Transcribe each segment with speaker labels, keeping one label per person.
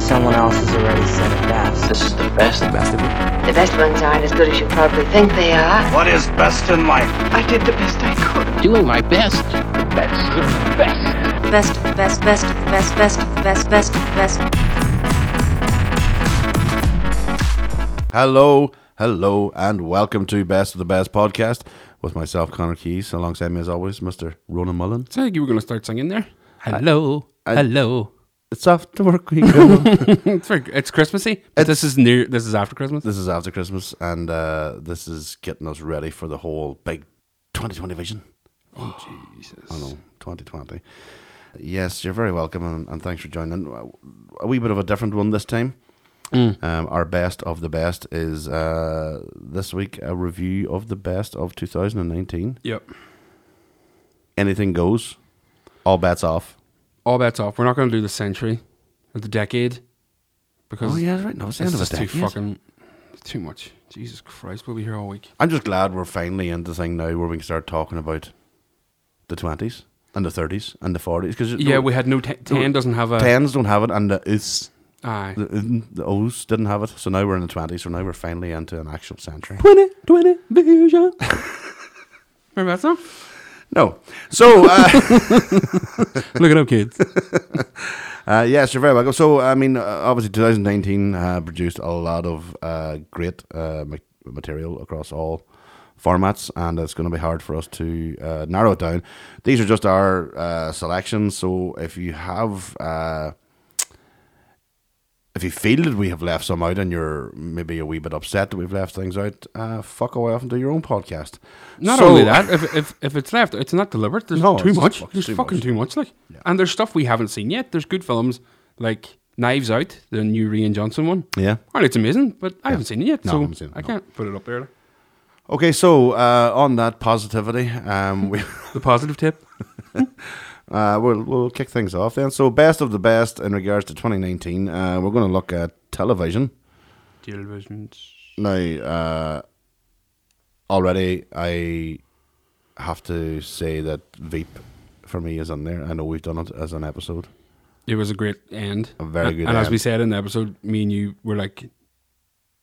Speaker 1: someone else has already said it best.
Speaker 2: This is the best. The best of it.
Speaker 3: The best ones aren't as good as you probably think they are.
Speaker 4: What is best in life?
Speaker 3: I did the best I could.
Speaker 2: Doing my best. The best. The best.
Speaker 5: best, best, best, best, best, best, best, best.
Speaker 6: Hello, hello, and welcome to Best of the Best podcast with myself, Connor Keys, alongside me as always, Mr. Ronan Mullen.
Speaker 7: I think you were going to start singing there. Hello, hello.
Speaker 6: It's after work we go.
Speaker 7: It's very, it's Christmassy. But this is near. This is after Christmas.
Speaker 6: this is after Christmas, and uh, this is getting us ready for the whole big 2020 vision.
Speaker 7: Jesus.
Speaker 6: I know, 2020. Yes, you're very welcome, and, and thanks for joining. A wee bit of a different one this time. Um, our best of the best is uh, this week a review of the best of 2019.
Speaker 7: Yep.
Speaker 6: Anything goes, all bets off.
Speaker 7: All bets off. We're not going to do the century or the decade because
Speaker 6: Oh yeah, that's right. No, it's the
Speaker 7: it's
Speaker 6: end of a
Speaker 7: just too
Speaker 6: decade.
Speaker 7: fucking it's too much. Jesus Christ, we'll be here all week.
Speaker 6: I'm just glad we're finally in the thing now where we can start talking about the twenties and the thirties and the forties because
Speaker 7: Yeah, we had no t- ten. Doesn't have a
Speaker 6: tens don't have uh, it and the is
Speaker 7: Aye.
Speaker 6: the, isn- the O's didn't have it, so now we're in the twenties. So now we're finally into an actual century.
Speaker 7: Twenty twenty vision. Remember that song?
Speaker 6: No, so uh,
Speaker 7: Look it up, kids.
Speaker 6: uh, yes, you're very welcome. So I mean, uh, obviously, 2019 uh, produced a lot of uh, great uh, ma- material across all formats, and it's going to be hard for us to uh, narrow it down. These are just our uh, selections. So if you have uh, if you feel that we have left some out and you're maybe a wee bit upset that we've left things out, uh, fuck away off and do your own podcast.
Speaker 7: Not
Speaker 6: So-
Speaker 7: only that, if, if if it's left, it's not deliberate. There's
Speaker 6: No,
Speaker 7: too
Speaker 6: it's just
Speaker 7: much.
Speaker 6: fucking
Speaker 7: There's
Speaker 6: too
Speaker 7: fucking
Speaker 6: much.
Speaker 7: too much. Like, and there's stuff we haven't seen yet. There's good films like Knives Out, the new Rian Johnson one.
Speaker 6: Yeah.
Speaker 7: and it's amazing, but I haven't seen it yet,
Speaker 6: No, I
Speaker 7: so I,
Speaker 6: haven't seen it, no.
Speaker 7: can't put it up there.
Speaker 6: Okay, so uh, on that positivity, um, we.
Speaker 7: The positive tip.
Speaker 6: Uh, we'll we'll kick things off then. So best of the best in regards to 2019. Uh, we're going to look at television
Speaker 7: Televisions.
Speaker 6: now. Uh, already, I have to say that Veep for me is on there. I know we've done it as an episode.
Speaker 7: It was a great end.
Speaker 6: A very
Speaker 7: and,
Speaker 6: good
Speaker 7: And as
Speaker 6: end.
Speaker 7: we said in the episode, me and you were like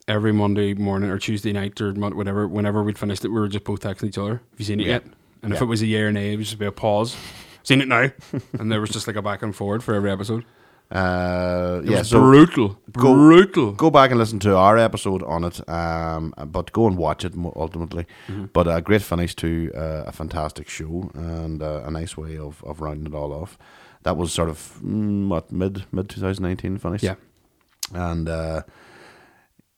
Speaker 7: every Monday morning or Tuesday night or mon- whatever, whenever we'd finished it, we were just both texting each other. Have you seen it
Speaker 6: Yeah.
Speaker 7: yet? And if
Speaker 6: Yeah.
Speaker 7: it was a yeah or nay, it would just be a pause. Seen it now, and there was just like a back and forward for every episode.
Speaker 6: Uh,
Speaker 7: It
Speaker 6: yeah,
Speaker 7: was
Speaker 6: so
Speaker 7: brutal,
Speaker 6: go-
Speaker 7: brutal.
Speaker 6: go back and listen to our episode on it. Um, but go and watch it mo- ultimately. But a great finish to uh, a fantastic show and uh, a nice way of, of rounding it all off. That was sort of mm, what mid mid 2019 finish.
Speaker 7: Yeah,
Speaker 6: and. Uh,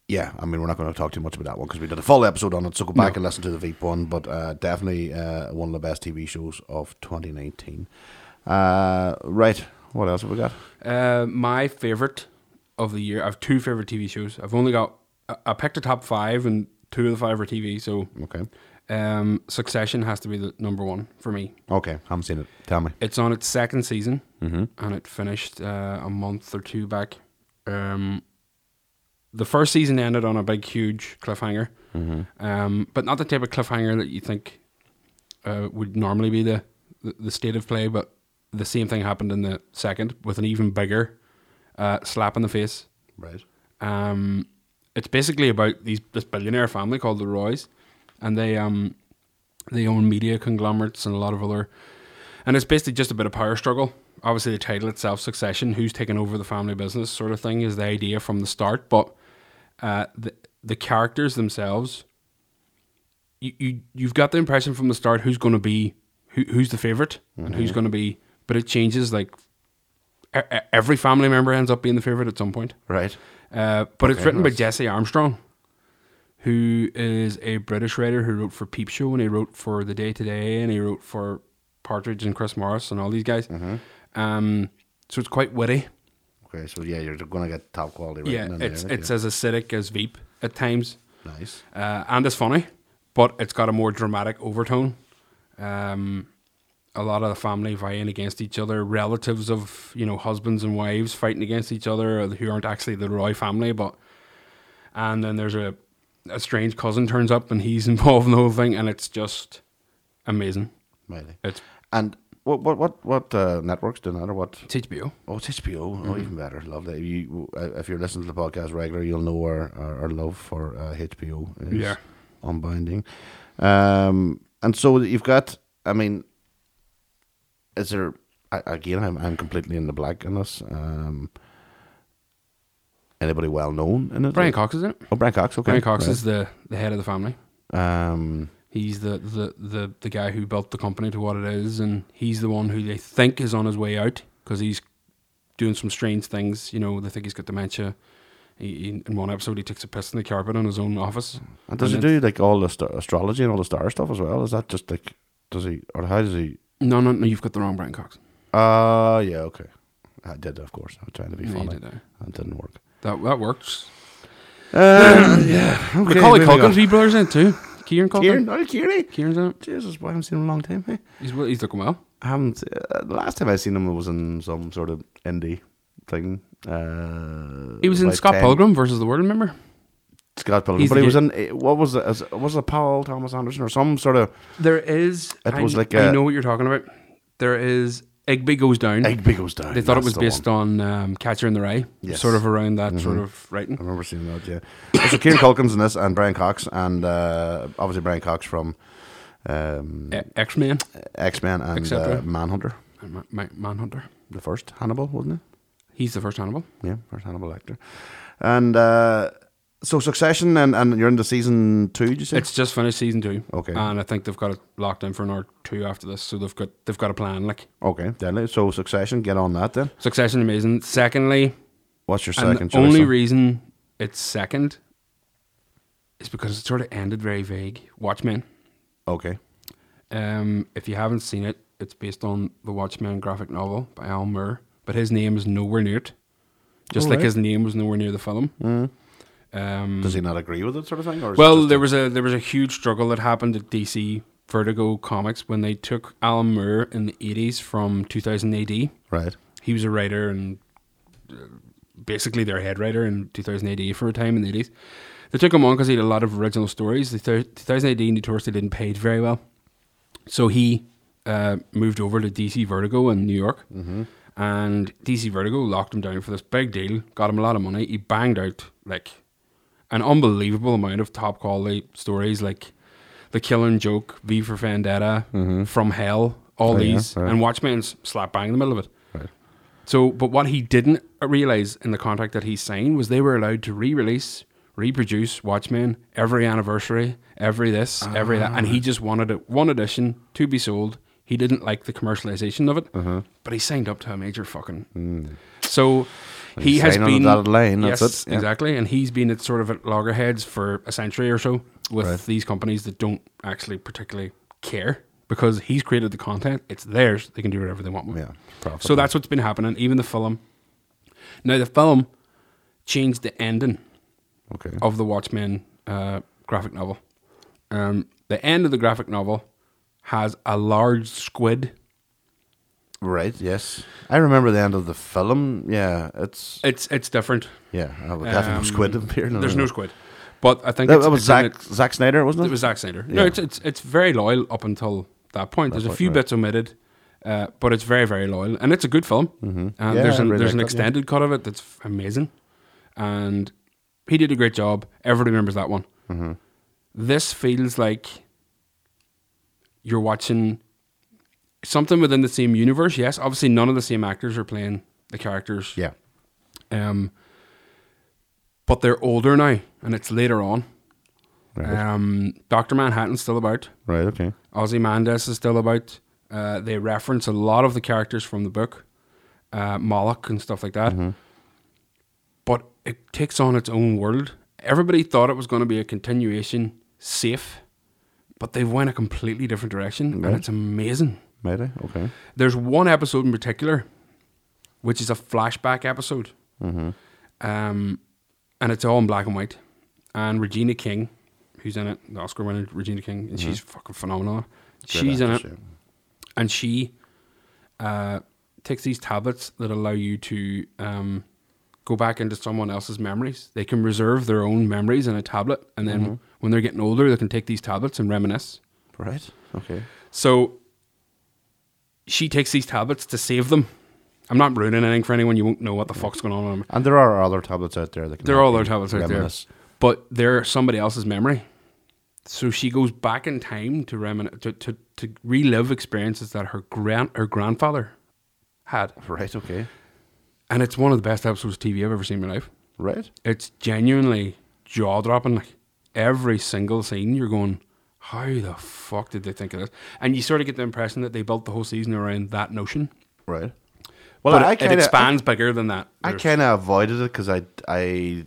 Speaker 6: yeah, I mean, we're not going to talk too much about that one because we did a full episode on it. So go back and listen to the Veep one, but uh, definitely uh, one of the best TV shows of 2019. Uh, right, what else have we got?
Speaker 7: Uh, my favorite of the year. I have two favorite TV shows. I've only got. I, I picked a top five, and two of the five are TV. So,
Speaker 6: Okay,
Speaker 7: um, Succession has to be the number one for me.
Speaker 6: okay, haven't seen it. Tell me.
Speaker 7: It's on its second season, and it finished uh, a month or two back. Um, the first season ended on a big, huge cliffhanger, um, but not the type of cliffhanger that you think uh, would normally be the, the the state of play. But the same thing happened in the second with an even bigger uh, slap in the face.
Speaker 6: Right.
Speaker 7: Um, it's basically about these this billionaire family called the Roys, and they um they own media conglomerates and a lot of other, and it's basically just a bit of power struggle. Obviously, the title itself, Succession, who's taking over the family business, sort of thing, is the idea from the start. But uh, the the characters themselves, you, you you've got the impression from the start who's going to be who, who's the favorite and who's going to be, but it changes like. e- e- Every family member ends up being the favorite at some point.
Speaker 6: Right.
Speaker 7: Uh, but it's
Speaker 6: Okay,
Speaker 7: written by
Speaker 6: that's-
Speaker 7: Jesse Armstrong, who is a British writer who wrote for Peep Show and he wrote for The Day Today and he wrote for Partridge and Chris Morris and all these guys.
Speaker 6: Mm-hmm.
Speaker 7: Um, so it's quite witty.
Speaker 6: Okay, so yeah, you're going to get top quality. Right
Speaker 7: Yeah,
Speaker 6: in
Speaker 7: it's
Speaker 6: there,
Speaker 7: it's
Speaker 6: yeah.
Speaker 7: as acidic as Veep at times,
Speaker 6: nice.
Speaker 7: uh, and it's funny, but it's got a more dramatic overtone. Um, a lot of the family vying against each other, relatives of you know husbands and wives fighting against each other who aren't actually the Roy family, but and then there's a a strange cousin turns up and he's involved in the whole thing, and it's just amazing.
Speaker 6: Really.
Speaker 7: It's
Speaker 6: And What what what what uh, networks do that or what?
Speaker 7: It's HBO.
Speaker 6: Oh, it's HBO. Oh, even better. Love that. You, uh, if you're listening to the podcast regular, you'll know our, our, our love for uh, HBO is
Speaker 7: Yeah.
Speaker 6: unbinding. Um, and so you've got. I mean, is there I, again? I'm I'm completely in the black on this. Um, anybody well known in it?
Speaker 7: Brian Cox is in it.
Speaker 6: Oh, Brian Cox. Okay.
Speaker 7: Brian Cox
Speaker 6: right.
Speaker 7: is the, the head of the family.
Speaker 6: Um,
Speaker 7: He's the, the, the, the guy who built the company to what it is, and he's the one who they think is on his way out because he's doing some strange things. You know, they think he's got dementia. He, he- in one episode, he takes a piss in the carpet in his own office.
Speaker 6: and does
Speaker 7: And
Speaker 6: he do like all the star- astrology and all the star stuff as well? Is that just like does he or how does he?
Speaker 7: No, no, no, you've got the wrong Brian Cox.
Speaker 6: Uh yeah, okay. I did, of course. I was trying to be
Speaker 7: No, you
Speaker 6: funny.
Speaker 7: did that.
Speaker 6: That didn't work.
Speaker 7: That that works. Uh,
Speaker 6: Okay,
Speaker 7: Macaulay
Speaker 6: moving on.
Speaker 7: Culkin's wee brother's in it too. Kieran Culkin.
Speaker 6: Kieran, oh, Kieran.
Speaker 7: Kieran's in it.
Speaker 6: Jesus, why haven't seen him in a long time? Hey?
Speaker 7: He's, well- he's looking well.
Speaker 6: I haven't. Uh, the last time I seen him was in some sort of indie thing. Uh,
Speaker 7: He was in
Speaker 6: about
Speaker 7: Scott
Speaker 6: 10.
Speaker 7: Pilgrim versus the World, remember?
Speaker 6: Scott Pilgrim,
Speaker 7: He's
Speaker 6: but
Speaker 7: the
Speaker 6: he was
Speaker 7: kid.
Speaker 6: in uh, what was it? Is- Was it Paul Thomas Anderson or some sort of?
Speaker 7: There is.
Speaker 6: It
Speaker 7: I
Speaker 6: was
Speaker 7: kn-
Speaker 6: like
Speaker 7: I
Speaker 6: a-
Speaker 7: know what you're talking about. There is. Egby goes down.
Speaker 6: Egby goes down.
Speaker 7: They thought it
Speaker 6: that's
Speaker 7: was
Speaker 6: the
Speaker 7: based on
Speaker 6: one.
Speaker 7: um, Catcher in the Rye,
Speaker 6: Yes. Mm-hmm.
Speaker 7: sort of around that sort of
Speaker 6: I
Speaker 7: writing.
Speaker 6: remember seeing that. Yeah. so Kieran Culkin's in this, and Brian Cox, and uh, obviously Brian Cox from um,
Speaker 7: X Men,
Speaker 6: X Men and
Speaker 7: Etcetera.
Speaker 6: uh, Manhunter,
Speaker 7: Manhunter.
Speaker 6: the first Hannibal, wasn't it?
Speaker 7: He's the first Hannibal.
Speaker 6: Yeah, first Hannibal Lecter. And uh, so Succession, and, and you're into season two, did you say?
Speaker 7: It's uh, just finished season two.
Speaker 6: Okay.
Speaker 7: And I think they've got it locked in for an or two after this, so they've got they've got a plan. Like
Speaker 6: okay, deadly. So Succession, get on that then.
Speaker 7: Succession, amazing. Secondly,
Speaker 6: What's your
Speaker 7: and
Speaker 6: second
Speaker 7: the
Speaker 6: choice?
Speaker 7: only
Speaker 6: then?
Speaker 7: reason it's second is because it sort of ended very vague. Watchmen.
Speaker 6: okay.
Speaker 7: Um, if you haven't seen it, it's based on the Watchmen graphic novel by Al Moore, but his name is nowhere near it. Just like
Speaker 6: Alright. Mm.
Speaker 7: his name was nowhere near the film. Um,
Speaker 6: Does he not agree with it, sort of thing? Or is it
Speaker 7: well,
Speaker 6: just
Speaker 7: there
Speaker 6: a-
Speaker 7: was a there was a huge struggle that happened at DC Vertigo Comics when they took Al Moore in the eighties from two thousand AD.
Speaker 6: right.
Speaker 7: He was a writer and uh, basically their head writer in 2008 for a time in the 80s. They took him on because he had a lot of original stories. The thir- 2008 notoriously didn't pay very well. So he uh, moved over to DC Vertigo in New York. And DC Vertigo locked him down for this big deal, got him a lot of money. He banged out like an unbelievable amount of top quality stories like The Killing Joke, V for Vendetta, From Hell, all
Speaker 6: Mm-hmm. Oh, yeah,
Speaker 7: these.
Speaker 6: right.
Speaker 7: And Watchmen's slap bang in the middle of it.
Speaker 6: Right.
Speaker 7: So, but what he didn't realize in the contract that he signed was they were allowed to re-release, reproduce Watchmen every anniversary, every this, every that, and
Speaker 6: Ah.
Speaker 7: he just wanted it one edition to be sold. He didn't like the commercialization of it,
Speaker 6: Mm-hmm.
Speaker 7: but he signed up to a major fucking. So he
Speaker 6: you
Speaker 7: has
Speaker 6: sign Mm. on the
Speaker 7: been
Speaker 6: dotted line, that's
Speaker 7: yes,
Speaker 6: it, yeah.
Speaker 7: exactly, and he's been at sort of at loggerheads for a century or so with these companies that don't actually particularly care because he's created the content. It's theirs; they can do whatever they want with. it.
Speaker 6: Yeah.
Speaker 7: So that's what's been happening. Even the film. Now the film changed the ending
Speaker 6: okay.
Speaker 7: of the Watchmen uh, graphic novel. Um, the end of the graphic novel has a large squid.
Speaker 6: Right. Yes. I remember the end of the film. Yeah. It's
Speaker 7: It's it's different.
Speaker 6: yeah. I would have no
Speaker 7: Um,
Speaker 6: squid appeared.
Speaker 7: There's no squid, but I think
Speaker 6: That,
Speaker 7: it's-
Speaker 6: that was
Speaker 7: it's in
Speaker 6: Zack
Speaker 7: it-
Speaker 6: Zack Snyder, wasn't it?
Speaker 7: It was Zack Snyder.
Speaker 6: Yeah.
Speaker 7: No, it's it's it's very loyal up until that point. There's a
Speaker 6: point,
Speaker 7: few
Speaker 6: right.
Speaker 7: bits omitted, uh, but it's very very loyal, and it's a good film. Mm-hmm. And
Speaker 6: Yeah,
Speaker 7: there's
Speaker 6: I
Speaker 7: an,
Speaker 6: really
Speaker 7: there's an
Speaker 6: like that, yeah.
Speaker 7: extended cut of it that's f- amazing, and he did a great job. Everybody remembers that one. Mm-hmm. This feels like you're watching something within the same universe. Yes, obviously none of the same actors are playing the characters.
Speaker 6: Yeah.
Speaker 7: Um, but they're older now, and it's later on.
Speaker 6: Right.
Speaker 7: Um, Doctor Manhattan's still about.
Speaker 6: right. Okay.
Speaker 7: Ozzy Mandes is still about. Uh, they reference a lot of the characters from the book, uh, Moloch and stuff like that.
Speaker 6: Mm-hmm.
Speaker 7: But it takes on its own world. Everybody thought it was going to be a continuation, safe, but they went a completely different direction,
Speaker 6: Right.
Speaker 7: and it's amazing.
Speaker 6: Maybe. Okay.
Speaker 7: There's one episode in particular, which is a flashback episode,
Speaker 6: Mm-hmm.
Speaker 7: um, and it's all in black and white. And Regina King, who's in it, the Oscar-winning Regina King, and she's fucking phenomenal.
Speaker 6: Mm-hmm. Great
Speaker 7: She's in it,
Speaker 6: actress, yeah.
Speaker 7: and she uh, takes these tablets that allow you to um, go back into someone else's memories. They can reserve their own memories in a tablet, and
Speaker 6: Mm-hmm.
Speaker 7: then when they're getting older, they can take these tablets and reminisce.
Speaker 6: Right. Okay.
Speaker 7: So she takes these tablets to save them. I'm not ruining anything for anyone. You won't know what the fuck's going on. in 'em.
Speaker 6: And there are other tablets out there that can.
Speaker 7: They're
Speaker 6: help
Speaker 7: all
Speaker 6: you
Speaker 7: their tablets out there,
Speaker 6: reminisce.
Speaker 7: but they're somebody else's memory. So she goes back in time to remin- to, to to relive experiences that her grand her grandfather had,
Speaker 6: Right. Okay.
Speaker 7: and it's one of the best episodes of TV I've ever seen in my life.
Speaker 6: Right.
Speaker 7: It's genuinely jaw dropping. Like every single scene, you're going, "How the fuck did they think of this?" And you sort of get the impression that they built the whole season around that notion.
Speaker 6: Right.
Speaker 7: Well,
Speaker 6: Well,
Speaker 7: but
Speaker 6: I
Speaker 7: it,
Speaker 6: kind
Speaker 7: it
Speaker 6: of
Speaker 7: expands bigger than that.
Speaker 6: I
Speaker 7: There's-
Speaker 6: kind of avoided it because I I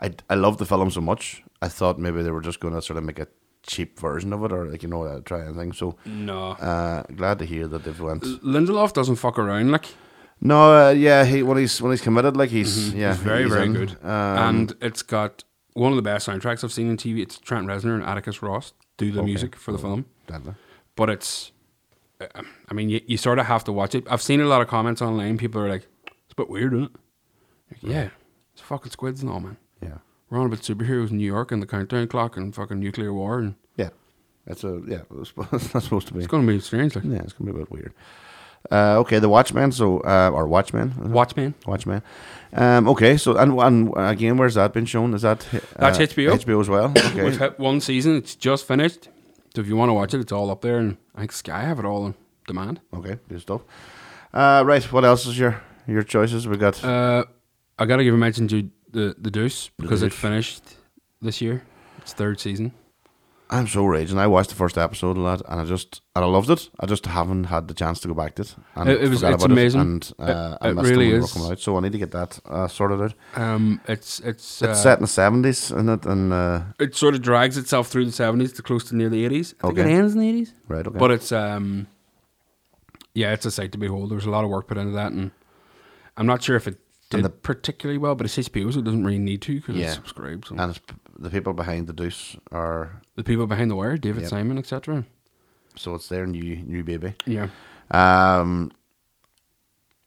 Speaker 6: I I loved the film so much. I thought maybe they were just going to sort of make a cheap version of it, or like you know, uh, try anything. So
Speaker 7: No.
Speaker 6: uh, glad to hear that they've went.
Speaker 7: Lindelof doesn't fuck around. Like
Speaker 6: No, uh, yeah, he when he's when he's committed, like he's yeah,
Speaker 7: It's Mm-hmm. very,
Speaker 6: he's
Speaker 7: very
Speaker 6: in. um,
Speaker 7: good. and it's got one of the best soundtracks I've seen on TV. It's Trent Reznor and Atticus Ross do the music for the film.
Speaker 6: deadly.
Speaker 7: But it's, uh, I mean, you, you sort of have to watch it. I've seen a lot of comments online. People are like, it's a bit weird, isn't it? Like, yeah, it's fucking squids and all, man.
Speaker 6: Yeah,
Speaker 7: We're on about superheroes in New York and the countdown clock and fucking nuclear war. and
Speaker 6: yeah, that's a yeah. It's not supposed to be.
Speaker 7: It's going to be strange. Like,
Speaker 6: yeah, it's gonna be a bit weird. Uh, okay, the Watchmen. So uh, or Watchmen. is it?
Speaker 7: Watchmen.
Speaker 6: Watchmen. Um, okay, so and and again, where's that been shown? Is that uh,
Speaker 7: That's HBO.
Speaker 6: HBO as well. Okay.
Speaker 7: We've hit one season. It's just finished. So if you want to watch it, it's all up there. And I think Sky have it all on demand.
Speaker 6: Okay, good stuff. Uh, right, what else is your your choices? We got
Speaker 7: Uh, I gotta give a mention to the the Deuce because it
Speaker 6: Deuce.
Speaker 7: finished this year. It's third season.
Speaker 6: I'm so raging. I watched the first episode of that, and I just and I loved it. I just haven't had the chance to go back to it. And
Speaker 7: It- it was-
Speaker 6: forgot
Speaker 7: it's
Speaker 6: about
Speaker 7: amazing.
Speaker 6: and uh,
Speaker 7: It-
Speaker 6: I
Speaker 7: it
Speaker 6: missed
Speaker 7: really
Speaker 6: when they were
Speaker 7: is.
Speaker 6: coming out, so I need to get that uh, sorted out.
Speaker 7: Um, it's it's uh,
Speaker 6: it's set in the seventies, isn't it? And uh,
Speaker 7: it sort of drags itself through the seventies to close to near the eighties. I think
Speaker 6: Okay.
Speaker 7: it ends in the eighties,
Speaker 6: right, okay,
Speaker 7: but it's um, yeah, it's a sight to behold. There was a lot of work put into that, and I'm not sure if it did
Speaker 6: And the-
Speaker 7: particularly well, but it's HBO, so it doesn't really need to because
Speaker 6: Yeah.
Speaker 7: it's subscribed. So.
Speaker 6: and it's, p- the people behind the Deuce are
Speaker 7: the people behind the wire, David
Speaker 6: Yep.
Speaker 7: Simon, etc.
Speaker 6: so it's their new new baby.
Speaker 7: Yeah,
Speaker 6: Um,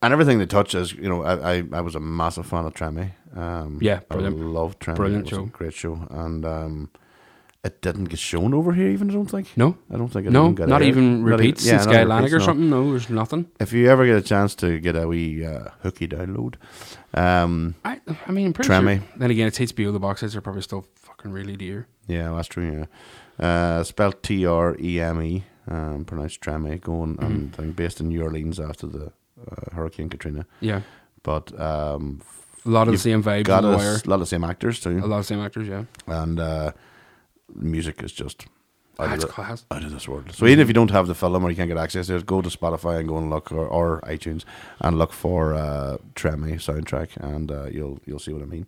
Speaker 6: and everything they touch is, you know, I, I, I was a massive fan of Tremé. Um,
Speaker 7: Yeah, brilliant.
Speaker 6: I love Tremé.
Speaker 7: Brilliant
Speaker 6: it was
Speaker 7: show.
Speaker 6: a great show, and um, it didn't get shown over here. Even I don't think.
Speaker 7: no.
Speaker 6: I don't think. It
Speaker 7: No,
Speaker 6: even got
Speaker 7: not
Speaker 6: aired.
Speaker 7: even
Speaker 6: Not
Speaker 7: repeats
Speaker 6: yeah,
Speaker 7: in
Speaker 6: not
Speaker 7: Sky
Speaker 6: repeats,
Speaker 7: Atlantic or
Speaker 6: no.
Speaker 7: something. No, there's nothing.
Speaker 6: If you ever get a chance to get a wee uh, hooky download, um,
Speaker 7: I, I mean, I'm pretty
Speaker 6: Tremmy.
Speaker 7: sure. Then again, it's HBO. The box sets are probably still fucking really dear.
Speaker 6: yeah, that's true. Yeah, uh, spelled T R E M E, um, pronounced Tremé. Going and
Speaker 7: Mm-hmm.
Speaker 6: um, based in New Orleans after the uh, Hurricane Katrina,
Speaker 7: Yeah,
Speaker 6: but um,
Speaker 7: a lot of
Speaker 6: You've
Speaker 7: the same vibes.
Speaker 6: got
Speaker 7: in the
Speaker 6: a
Speaker 7: wire.
Speaker 6: s- lot of same actors too.
Speaker 7: A lot of the same actors. Yeah,
Speaker 6: and uh, music is just out, of
Speaker 7: that's
Speaker 6: the,
Speaker 7: Ah, class.
Speaker 6: out of this world. So even if you don't have the film or you can't get access to it, go to Spotify and go and look or, or iTunes and look for uh, Tremé soundtrack, and uh, you'll you'll see what I mean.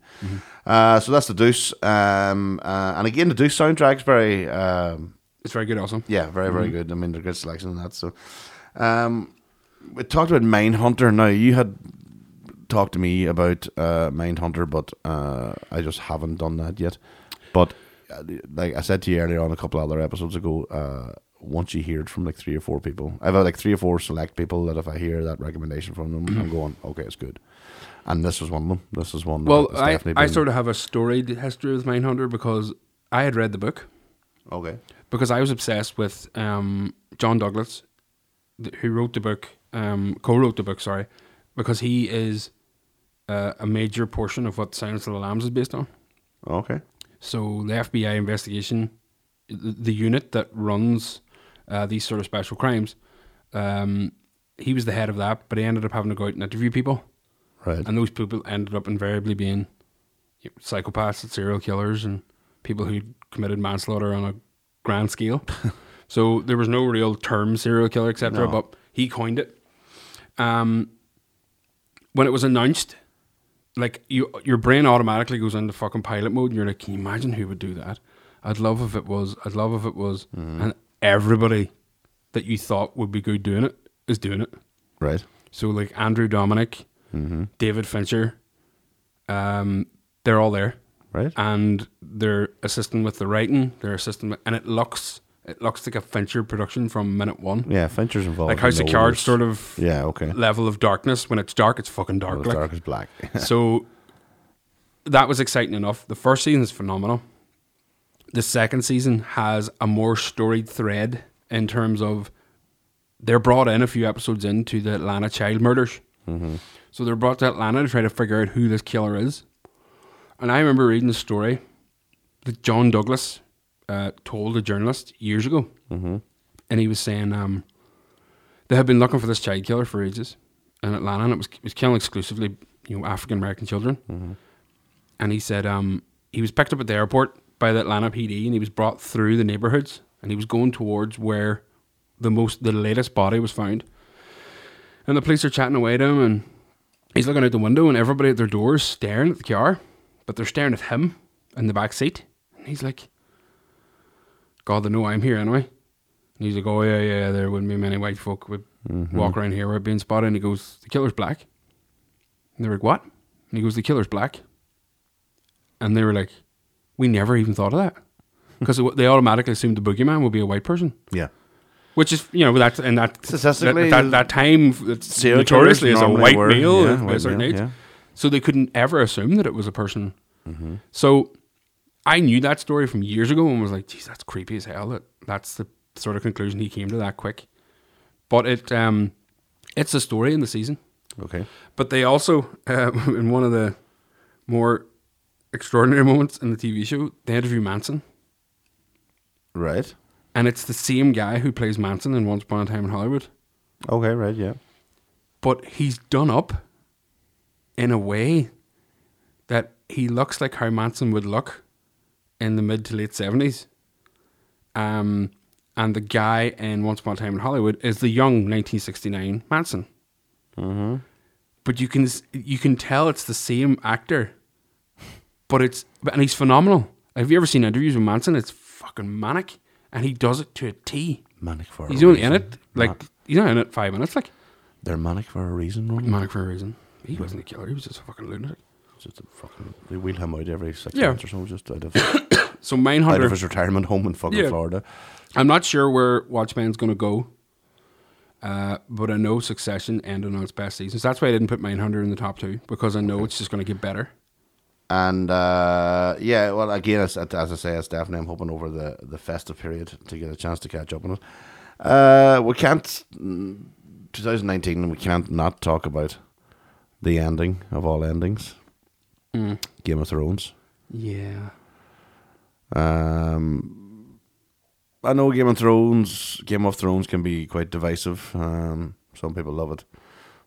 Speaker 6: Uh, so that's the Deuce, um, uh, and again the Deuce soundtrack's very um,
Speaker 7: It's very good. Also,
Speaker 6: yeah very very
Speaker 7: Mm-hmm.
Speaker 6: good. I mean, there's a good selection in that. So um, we talked about Mindhunter. Now you had. talked to me about uh, Mindhunter, but uh, I just haven't done that yet. But uh, like I said to you earlier on a couple other episodes ago, uh, once you hear it from like three or four people, I've had like three or four select people that if I hear that recommendation from them,
Speaker 7: Mm-hmm.
Speaker 6: I'm going, okay, it's good. And this was one of them. This is one.
Speaker 7: well, I I sort of have a storied history with Mindhunter because I had read the book
Speaker 6: okay,
Speaker 7: because I was obsessed with um, John Douglas, th- who wrote the book, um, co-wrote the book. Sorry, because he is uh, a major portion of what Silence of the Lambs is based on.
Speaker 6: okay,
Speaker 7: So the FBI investigation, th- the unit that runs uh, these sort of special crimes, um, he was the head of that, but he ended up having to go out and interview people,
Speaker 6: right,
Speaker 7: and those people ended up invariably being you know, psychopaths and serial killers and people who committed manslaughter on a grand scale. so there was no real term serial killer, etc.
Speaker 6: No.
Speaker 7: But he coined it. Um, when it was announced, like you, your brain automatically goes into fucking pilot mode, and you're like, "Can you imagine who would do that?" I'd love if it was. I'd love if it was. And everybody that you thought would be good doing it is doing it.
Speaker 6: right, Mm-hmm.
Speaker 7: So like Andrew Dominic, David Fincher, um, they're all there, Uh,
Speaker 6: right,
Speaker 7: and they're assisting with the writing. They're assisting, with, and it looks it looks like a Fincher production from minute one.
Speaker 6: yeah. Fincher's involved.
Speaker 7: like House
Speaker 6: in
Speaker 7: of
Speaker 6: those.
Speaker 7: Cards, sort of
Speaker 6: Yeah, okay.
Speaker 7: level of darkness. When it's dark, it's fucking dark.
Speaker 6: Well,
Speaker 7: like.
Speaker 6: dark is black.
Speaker 7: so that was exciting enough. The first season is phenomenal. The second season has a more storied thread in terms of they're brought in a few episodes into the Atlanta child murders. So they're brought to Atlanta to try to figure out who this killer is. And I remember reading a story that John Douglas uh, told a journalist years ago. Mm-hmm. And he was saying um, they had been looking for this child killer for ages in Atlanta, and it was, it was killing exclusively you know African American children. And he said um, he was picked up at the airport by the Atlanta PD, and he was brought through the neighborhoods, and he was going towards where the most the latest body was found. And the police are chatting away to him, and he's looking out the window, and everybody at their doors staring at the car, but they're staring at him in the back seat. And he's like, God, they know I'm here anyway. And he's like, Oh, yeah, yeah, there wouldn't be many white folk would walk around here without being spotted. And he goes, The killer's black. And they were like, What? And he goes, The killer's black. And they were like, We never even thought of that. Because they automatically assumed the boogeyman would be a white person.
Speaker 6: Yeah.
Speaker 7: Which is, you know, that and that
Speaker 6: Statistically,
Speaker 7: that, that, that time it's
Speaker 6: serial
Speaker 7: notoriously
Speaker 6: killers
Speaker 7: is a
Speaker 6: normally
Speaker 7: white
Speaker 6: were,
Speaker 7: male
Speaker 6: yeah,
Speaker 7: at
Speaker 6: white
Speaker 7: a certain
Speaker 6: male,
Speaker 7: age.
Speaker 6: yeah.
Speaker 7: So they couldn't ever assume that it was a person.
Speaker 6: Mm-hmm.
Speaker 7: So I knew that story from years ago and was like, geez, that's creepy as hell. That that's the sort of conclusion he came to that quick. But it um it's a story in the season.
Speaker 6: Okay.
Speaker 7: But they also, uh, in one of the more extraordinary moments in the TV show, they interview Manson.
Speaker 6: Right.
Speaker 7: And it's the same guy who plays Manson in Once Upon a Time in Hollywood.
Speaker 6: Okay. Right. Yeah.
Speaker 7: but he's done up in a way that he looks like how Manson would look in the mid to late seventies. Um, and the guy in Once Upon a Time in Hollywood is the young 1969 Manson. But you can s- you can tell it's the same actor, but it's but- and he's phenomenal. Have you ever seen interviews with Manson? It's fucking manic, and he does it to a T.
Speaker 6: Manic for.
Speaker 7: He's
Speaker 6: a
Speaker 7: only in
Speaker 6: reason.
Speaker 7: it like he's not in it five minutes. Like
Speaker 6: They're manic for a reason, Ronald.
Speaker 7: manic for a reason. He wasn't a killer. He was just a fucking lunatic.
Speaker 6: Just a fucking, they wheel him out every six
Speaker 7: Yeah.
Speaker 6: months or so, just out of, out
Speaker 7: So
Speaker 6: of
Speaker 7: Mindhunter.
Speaker 6: his retirement home in fucking
Speaker 7: Yeah.
Speaker 6: Florida.
Speaker 7: I'm not sure where Watchmen's going to go, uh, but I know Succession ended on its best seasons. That's why I didn't put Mindhunter in the top two because I know it's just going to get better.
Speaker 6: And uh, yeah, well, again, as, as I say, it's definitely I'm hoping over the, the festive period to get a chance to catch up on it. Uh, we can't, mm, 2019, we can't not talk about the ending of all endings
Speaker 7: Hmm.
Speaker 6: Game of Thrones.
Speaker 7: Yeah.
Speaker 6: Um, I know Game of Thrones, Game of Thrones can be quite divisive. Um, some people love it,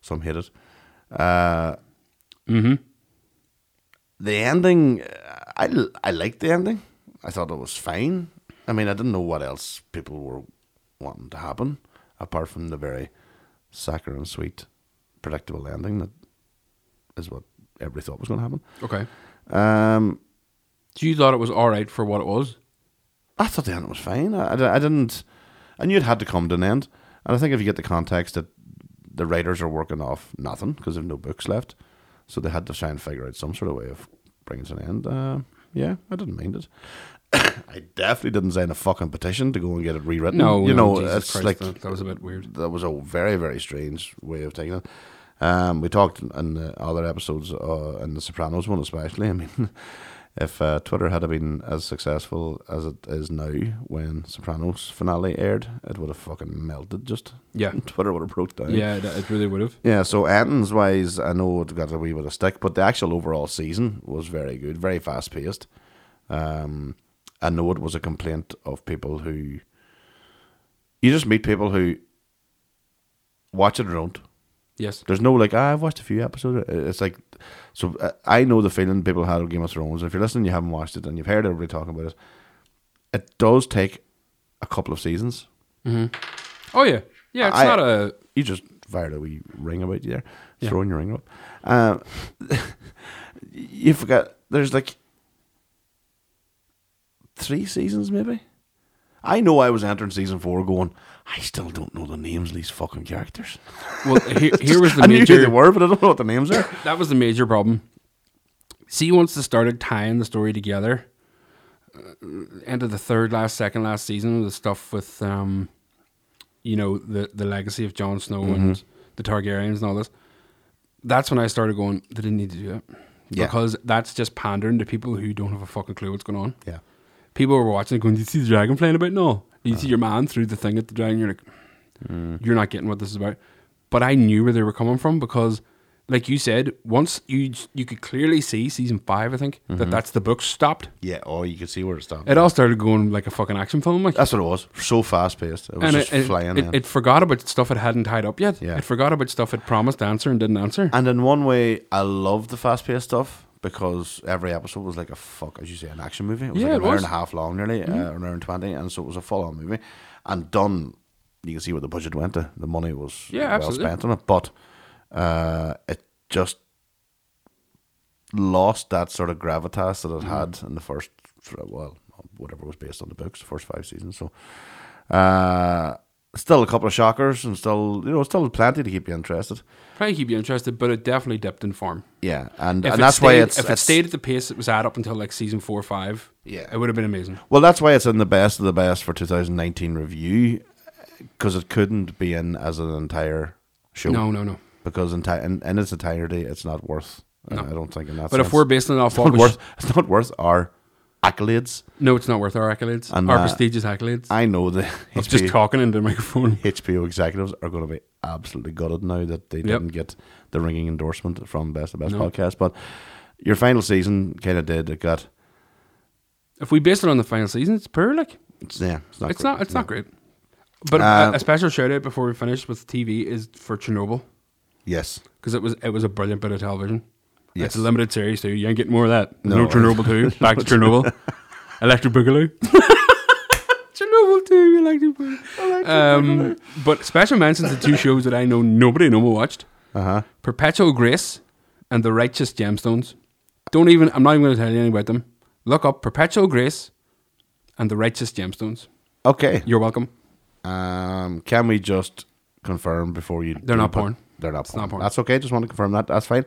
Speaker 6: some hate it. Uh,
Speaker 7: Mm-hmm.
Speaker 6: the ending, uh, I, l- I liked the ending. I thought it was fine. I mean, I didn't know what else people were wanting to happen apart from the very saccharine, sweet, predictable ending that is what everybody thought was going to happen.
Speaker 7: Okay.
Speaker 6: Um,
Speaker 7: So you thought it was all right for what it was?
Speaker 6: I thought the end was fine. I, I di- I didn't. I knew it had to come to an end, and I think if you get the context that the writers are working off nothing because they've no books left, so they had to try and figure out some sort of way of bringing it to an end. Uh, yeah, I didn't mind it. I definitely didn't sign a fucking petition to go and get it rewritten.
Speaker 7: No.
Speaker 6: you
Speaker 7: no,
Speaker 6: know,
Speaker 7: Jesus
Speaker 6: it's
Speaker 7: Christ,
Speaker 6: like
Speaker 7: that, that was a bit weird.
Speaker 6: that was a very very strange way of taking it. Um, we talked in- in the other episodes, uh, in the Sopranos one especially. I mean, if uh, Twitter had been as successful as it is now when Sopranos finale aired, it would have fucking melted. Just
Speaker 7: Yeah.
Speaker 6: Twitter would have broke down.
Speaker 7: Yeah, that, it really would have.
Speaker 6: Yeah, so endings wise, I know it got a wee bit of stick, but the actual overall season was very good, very fast paced. Um, I know it was a complaint of people who. You just meet people who watch it or don't.
Speaker 7: Yes.
Speaker 6: There's no like, ah, I've watched a few episodes. Uh, It's like, so uh, I know the feeling people had of Game of Thrones. If you're listening, you haven't watched it, and you've heard everybody talking about it, it does take a couple of seasons
Speaker 7: Oh yeah. Yeah. It's
Speaker 6: I-
Speaker 7: not a.
Speaker 6: you just fired a wee ring about you there,
Speaker 7: Yeah.
Speaker 6: throwing your ring up. Um, you forgot there's like three seasons, maybe. I know I was entering season four, going. I still don't know the names of these fucking characters.
Speaker 7: Well, here, here was the
Speaker 6: I knew
Speaker 7: major.
Speaker 6: who they were, but I don't know what the names are.
Speaker 7: that was the major problem. See, once they started tying the story together, uh, end of the third, last second, last season, the stuff with, um, you know, the the legacy of Jon Snow and
Speaker 6: Mm-hmm.
Speaker 7: the Targaryens and all this. That's when I started going. They didn't need to do it
Speaker 6: Yeah.
Speaker 7: because that's just pandering to people who don't have a fucking clue what's going on.
Speaker 6: Yeah, Uh-huh.
Speaker 7: People were watching, going, "Do you see the dragon flying about? No, do you see your man through the thing at the dragon?" You're like,
Speaker 6: Mm.
Speaker 7: You're not getting what this is about. But I knew where they were coming from because, like you said, once you you could clearly see season five, I think
Speaker 6: Mm-hmm.
Speaker 7: that that's the book stopped.
Speaker 6: Yeah, oh, you can see where it stopped.
Speaker 7: It all started going like a fucking action film, like
Speaker 6: That's what it was. So fast paced. It was just
Speaker 7: it,
Speaker 6: flying.
Speaker 7: It,
Speaker 6: in.
Speaker 7: it forgot about stuff it hadn't tied up yet.
Speaker 6: Yeah.
Speaker 7: It forgot about stuff it promised to answer and didn't answer.
Speaker 6: And in one way, I love the fast paced stuff because every episode was like a fuck, as you say, an action movie. It was
Speaker 7: Yeah,
Speaker 6: like
Speaker 7: it was.
Speaker 6: an hour
Speaker 7: Mm-hmm.
Speaker 6: and a half long, nearly, uh, an hour and 20. And so it was a full on movie. And done, you can see where the budget went to. The money was
Speaker 7: Yeah,
Speaker 6: well
Speaker 7: absolutely.
Speaker 6: spent on it. But uh, it just lost that sort of gravitas that it
Speaker 7: Mm-hmm.
Speaker 6: had in the first, well, whatever was based on the books, the first five seasons. So. Uh, Still a couple of shockers, and still, you know, still plenty to keep you interested.
Speaker 7: Try to keep you interested, but it definitely dipped in form.
Speaker 6: Yeah, and,
Speaker 7: If it
Speaker 6: and that's why
Speaker 7: stayed-
Speaker 6: it's
Speaker 7: if it
Speaker 6: it's-
Speaker 7: stayed at the pace it was at up until like season four or five,
Speaker 6: Yeah.
Speaker 7: it would have been amazing.
Speaker 6: Well, that's why it's in the best of the best for 2019 review because it couldn't be in as an entire show.
Speaker 7: No, no, no.
Speaker 6: Because enti- in, in its entirety, it's not worth. uh, I don't think in that.
Speaker 7: But if
Speaker 6: sense.
Speaker 7: we're basing it off
Speaker 6: it's
Speaker 7: what
Speaker 6: not
Speaker 7: was-
Speaker 6: worth, it's not worth our accolades.
Speaker 7: no, it's not worth our accolades,
Speaker 6: And,
Speaker 7: our
Speaker 6: uh,
Speaker 7: prestigious accolades.
Speaker 6: I know the
Speaker 7: of just
Speaker 6: HBO,
Speaker 7: talking into the microphone.
Speaker 6: HBO executives are going to be absolutely gutted now that they didn't get the ringing endorsement from Best of Best
Speaker 7: No.
Speaker 6: podcast. But your final season kind of did. It got
Speaker 7: If we base it on the final season, it's poor. Like
Speaker 6: it's, yeah, it's not.
Speaker 7: it's
Speaker 6: great.
Speaker 7: not, it's not great. But
Speaker 6: Uh,
Speaker 7: a, a special shout out before we finish with TV is for Chernobyl
Speaker 6: Yes.
Speaker 7: because it was it was a brilliant bit of television.
Speaker 6: Yes.
Speaker 7: It's a limited series too. You ain't getting more of that. No,
Speaker 6: No.
Speaker 7: Chernobyl two. Back to Chernobyl. Electric Boogaloo. Chernobyl two. Electric Boogaloo. Um, but special mentions to two shows that I know nobody no more watched.
Speaker 6: Uh
Speaker 7: Uh-huh.
Speaker 6: huh.
Speaker 7: Perpetual Grace and The Righteous Gemstones. Don't even, I'm not even going to tell you anything about them. Look up Perpetual Grace and The Righteous Gemstones.
Speaker 6: Okay.
Speaker 7: You're welcome.
Speaker 6: Um, can we just confirm before you?
Speaker 7: They're
Speaker 6: do
Speaker 7: not
Speaker 6: put-
Speaker 7: porn.
Speaker 6: They're not porn.
Speaker 7: not porn.
Speaker 6: That's okay. Just want to confirm that. That's fine.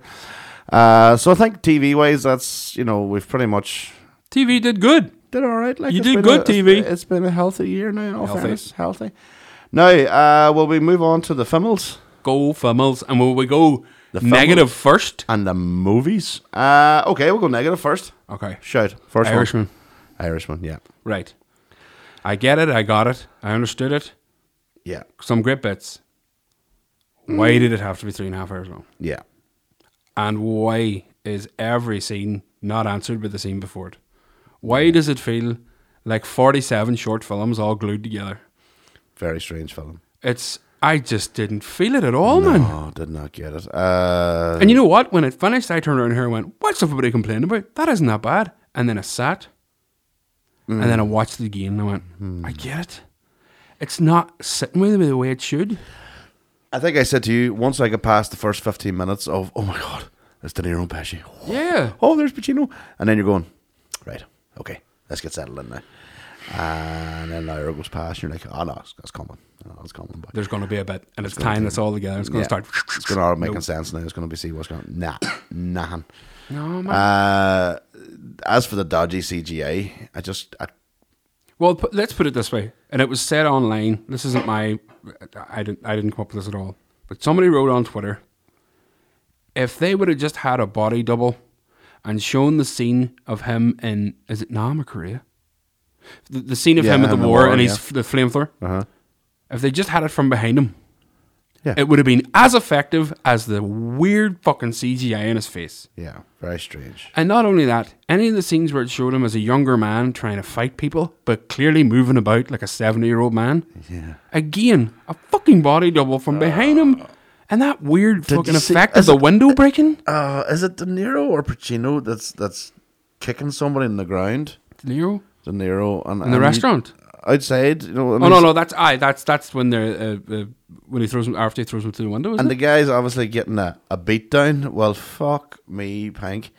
Speaker 6: Uh, so I think TV wise, that's you know we've pretty much
Speaker 7: TV did good.
Speaker 6: did all right. Like
Speaker 7: You
Speaker 6: it's
Speaker 7: did
Speaker 6: been
Speaker 7: good,
Speaker 6: a-
Speaker 7: TV.
Speaker 6: It's, it's been a healthy year now. In all
Speaker 7: Healthy.
Speaker 6: fairness, healthy. Now, uh, will we move on to the films
Speaker 7: Go Fummels. And will we go
Speaker 6: The
Speaker 7: negative first?
Speaker 6: and the movies? Uh, okay, we'll go negative first.
Speaker 7: Okay.
Speaker 6: Shout first
Speaker 7: Irishman.
Speaker 6: One. Irishman. Yeah.
Speaker 7: Right. I get it. I got it. I understood it.
Speaker 6: Yeah.
Speaker 7: Some great bits. Why did it have to be three and a half hours long?
Speaker 6: Yeah.
Speaker 7: And why is every scene not answered by the scene before it? Why does it feel like 47 short films all glued together?
Speaker 6: Very strange film.
Speaker 7: It's, I just didn't feel it at all, man.
Speaker 6: Oh, did not get it. Uh,
Speaker 7: And you know what? When it finished, I turned around here and went, What's everybody complaining about? That isn't that bad. And then I sat and then I watched the game and I went, I get it. It's not sitting with me the way it should.
Speaker 6: I think I said to you once I got past the first fifteen minutes of oh my god, it's De Niro and Pesci. Oh,
Speaker 7: Yeah.
Speaker 6: Oh, there's Pacino, and then you're going right, okay, let's get settled in now. And then an hour goes past, and you're like, oh no, it's, it's coming, oh, it's coming. But
Speaker 7: There's going to be a bit, and it's tying this all together. It's going
Speaker 6: Yeah.
Speaker 7: to start.
Speaker 6: It's gonna all making sense now. It's gonna be see what's going. Nah, nah.
Speaker 7: No, man.
Speaker 6: Uh, as for the dodgy CGI, I just I,
Speaker 7: Well, pu- let's put it this way, and it was said online. This isn't my. I didn't. I didn't come up with this at all. But somebody wrote on Twitter, if they would have just had a body double, and shown the scene of him in is it Nam or Korea, the, the scene of
Speaker 6: Yeah,
Speaker 7: him at the
Speaker 6: in the
Speaker 7: war,
Speaker 6: war,
Speaker 7: and
Speaker 6: yeah.
Speaker 7: he's f- the flamethrower.
Speaker 6: uh-huh.
Speaker 7: If they just had it from behind him,
Speaker 6: Yeah.
Speaker 7: it would have been as effective as the weird fucking CGI in his face.
Speaker 6: yeah, very strange.
Speaker 7: And not only that, any of the scenes where it showed him as a younger man trying to fight people, but clearly moving about like a 70 year old man.
Speaker 6: Yeah.
Speaker 7: Again, a fucking body double from behind him. And that weird
Speaker 6: Uh, Did
Speaker 7: fucking
Speaker 6: you see-
Speaker 7: effect of
Speaker 6: is
Speaker 7: the
Speaker 6: it-
Speaker 7: window breaking.
Speaker 6: Uh, is it De Niro or Pacino that's that's kicking somebody in the ground?
Speaker 7: De Niro?
Speaker 6: De Niro and,
Speaker 7: In the
Speaker 6: and
Speaker 7: restaurant.
Speaker 6: outside. You know, I mean,
Speaker 7: Oh, no, no, that's I. That's that's when they're, uh, uh, when he throws him, after he throws him through the window. Isn't
Speaker 6: And
Speaker 7: it?
Speaker 6: the guy's obviously getting a, a beat down. Well, fuck me, Pink.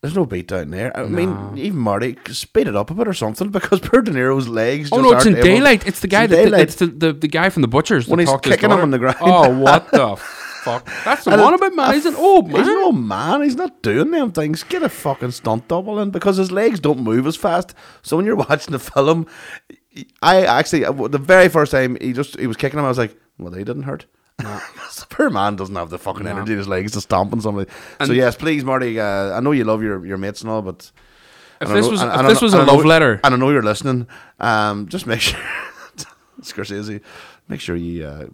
Speaker 6: There's no beat down there. I mean, even Marty speed it up a bit or something because poor De Niro's legs.
Speaker 7: Oh
Speaker 6: just
Speaker 7: no! It's in
Speaker 6: aren't able-
Speaker 7: daylight. It's the guy
Speaker 6: in
Speaker 7: that
Speaker 6: daylight.
Speaker 7: it's the, the, the guy from the butchers
Speaker 6: When
Speaker 7: that
Speaker 6: he's
Speaker 7: talked to his
Speaker 6: kicking him
Speaker 7: daughter.
Speaker 6: on the ground.
Speaker 7: Oh, what the fuck! That's the
Speaker 6: And
Speaker 7: one
Speaker 6: it-
Speaker 7: about man. He's an
Speaker 6: f-
Speaker 7: old man.
Speaker 6: He's an old man. He's not doing them things. Get a fucking stunt double in because his legs don't move as fast. So when you're watching the film, I actually uh, the very first time he just he was kicking him, I was like, well, they didn't hurt. the poor man doesn't have the fucking energy in his legs to stomp on somebody. so yes, please, Marty. Uh, I know you love your, your mates and all, but
Speaker 7: If
Speaker 6: and I
Speaker 7: this
Speaker 6: know-
Speaker 7: was
Speaker 6: and-
Speaker 7: if
Speaker 6: and I
Speaker 7: this
Speaker 6: know-
Speaker 7: was
Speaker 6: and
Speaker 7: a
Speaker 6: I know-
Speaker 7: love letter,
Speaker 6: and I know you're listening. Um, just make sure, Scorsese, make sure you uh,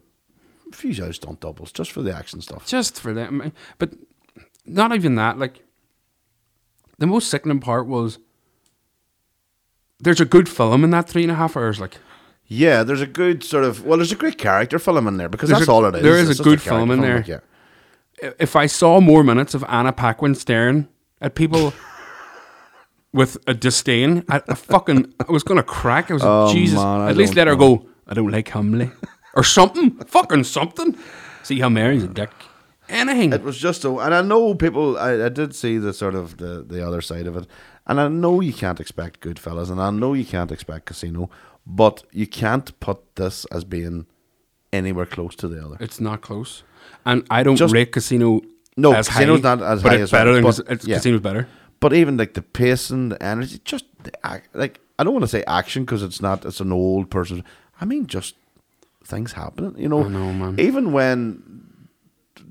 Speaker 6: fuse out stunt doubles just for the action stuff.
Speaker 7: just for that. I mean, But not even that. Like the most sickening part was there's a good film in that three and a half hours. Like
Speaker 6: Yeah, there's a good sort of well, there's a great character film in there because
Speaker 7: There's
Speaker 6: that's
Speaker 7: a-
Speaker 6: all it is.
Speaker 7: there is
Speaker 6: It's
Speaker 7: a
Speaker 6: just
Speaker 7: good
Speaker 6: character
Speaker 7: film in there.
Speaker 6: like, yeah.
Speaker 7: i- if I saw more minutes of Anna Paquin staring at people. With a disdain, I, I fucking I was gonna crack. I was like,
Speaker 6: Oh,
Speaker 7: Jesus.
Speaker 6: man, I
Speaker 7: at least
Speaker 6: don't
Speaker 7: let her
Speaker 6: know.
Speaker 7: go. I don't like Hamley or something. fucking something. See how Mary's a dick. Anything.
Speaker 6: It was just so, and I know people. I, I did see the sort of the, the other side of it, and I know you can't expect Goodfellas, and I know you can't expect Casino, but you can't put this as being anywhere close to the other.
Speaker 7: It's not close, and I don't
Speaker 6: Just-
Speaker 7: rate Casino.
Speaker 6: No,
Speaker 7: as
Speaker 6: Casino's
Speaker 7: high,
Speaker 6: not as
Speaker 7: but
Speaker 6: high
Speaker 7: it's
Speaker 6: as
Speaker 7: better
Speaker 6: well,
Speaker 7: than
Speaker 6: but-
Speaker 7: Cas- it's-
Speaker 6: yeah.
Speaker 7: Casino's better.
Speaker 6: But even like the pacing, the energy, just the ac- like I don't want to say action because it's not. It's an old person. I mean, just things happening. You know,
Speaker 7: I know, man.
Speaker 6: even when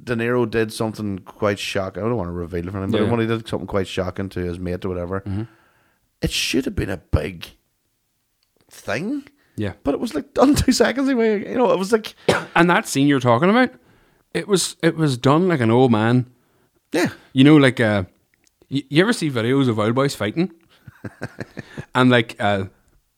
Speaker 6: De Niro did something quite shocking, I don't want to reveal it for him, but
Speaker 7: Yeah. Mm-hmm.
Speaker 6: when he did something quite shocking to his mate or whatever, it should have been a big thing.
Speaker 7: Yeah.
Speaker 6: but it was like done two seconds away. You know, it was like
Speaker 7: And that scene you're talking about, it was it was done like an old man.
Speaker 6: yeah,
Speaker 7: You know, like uh, you, you ever see videos of old boys fighting, and like uh,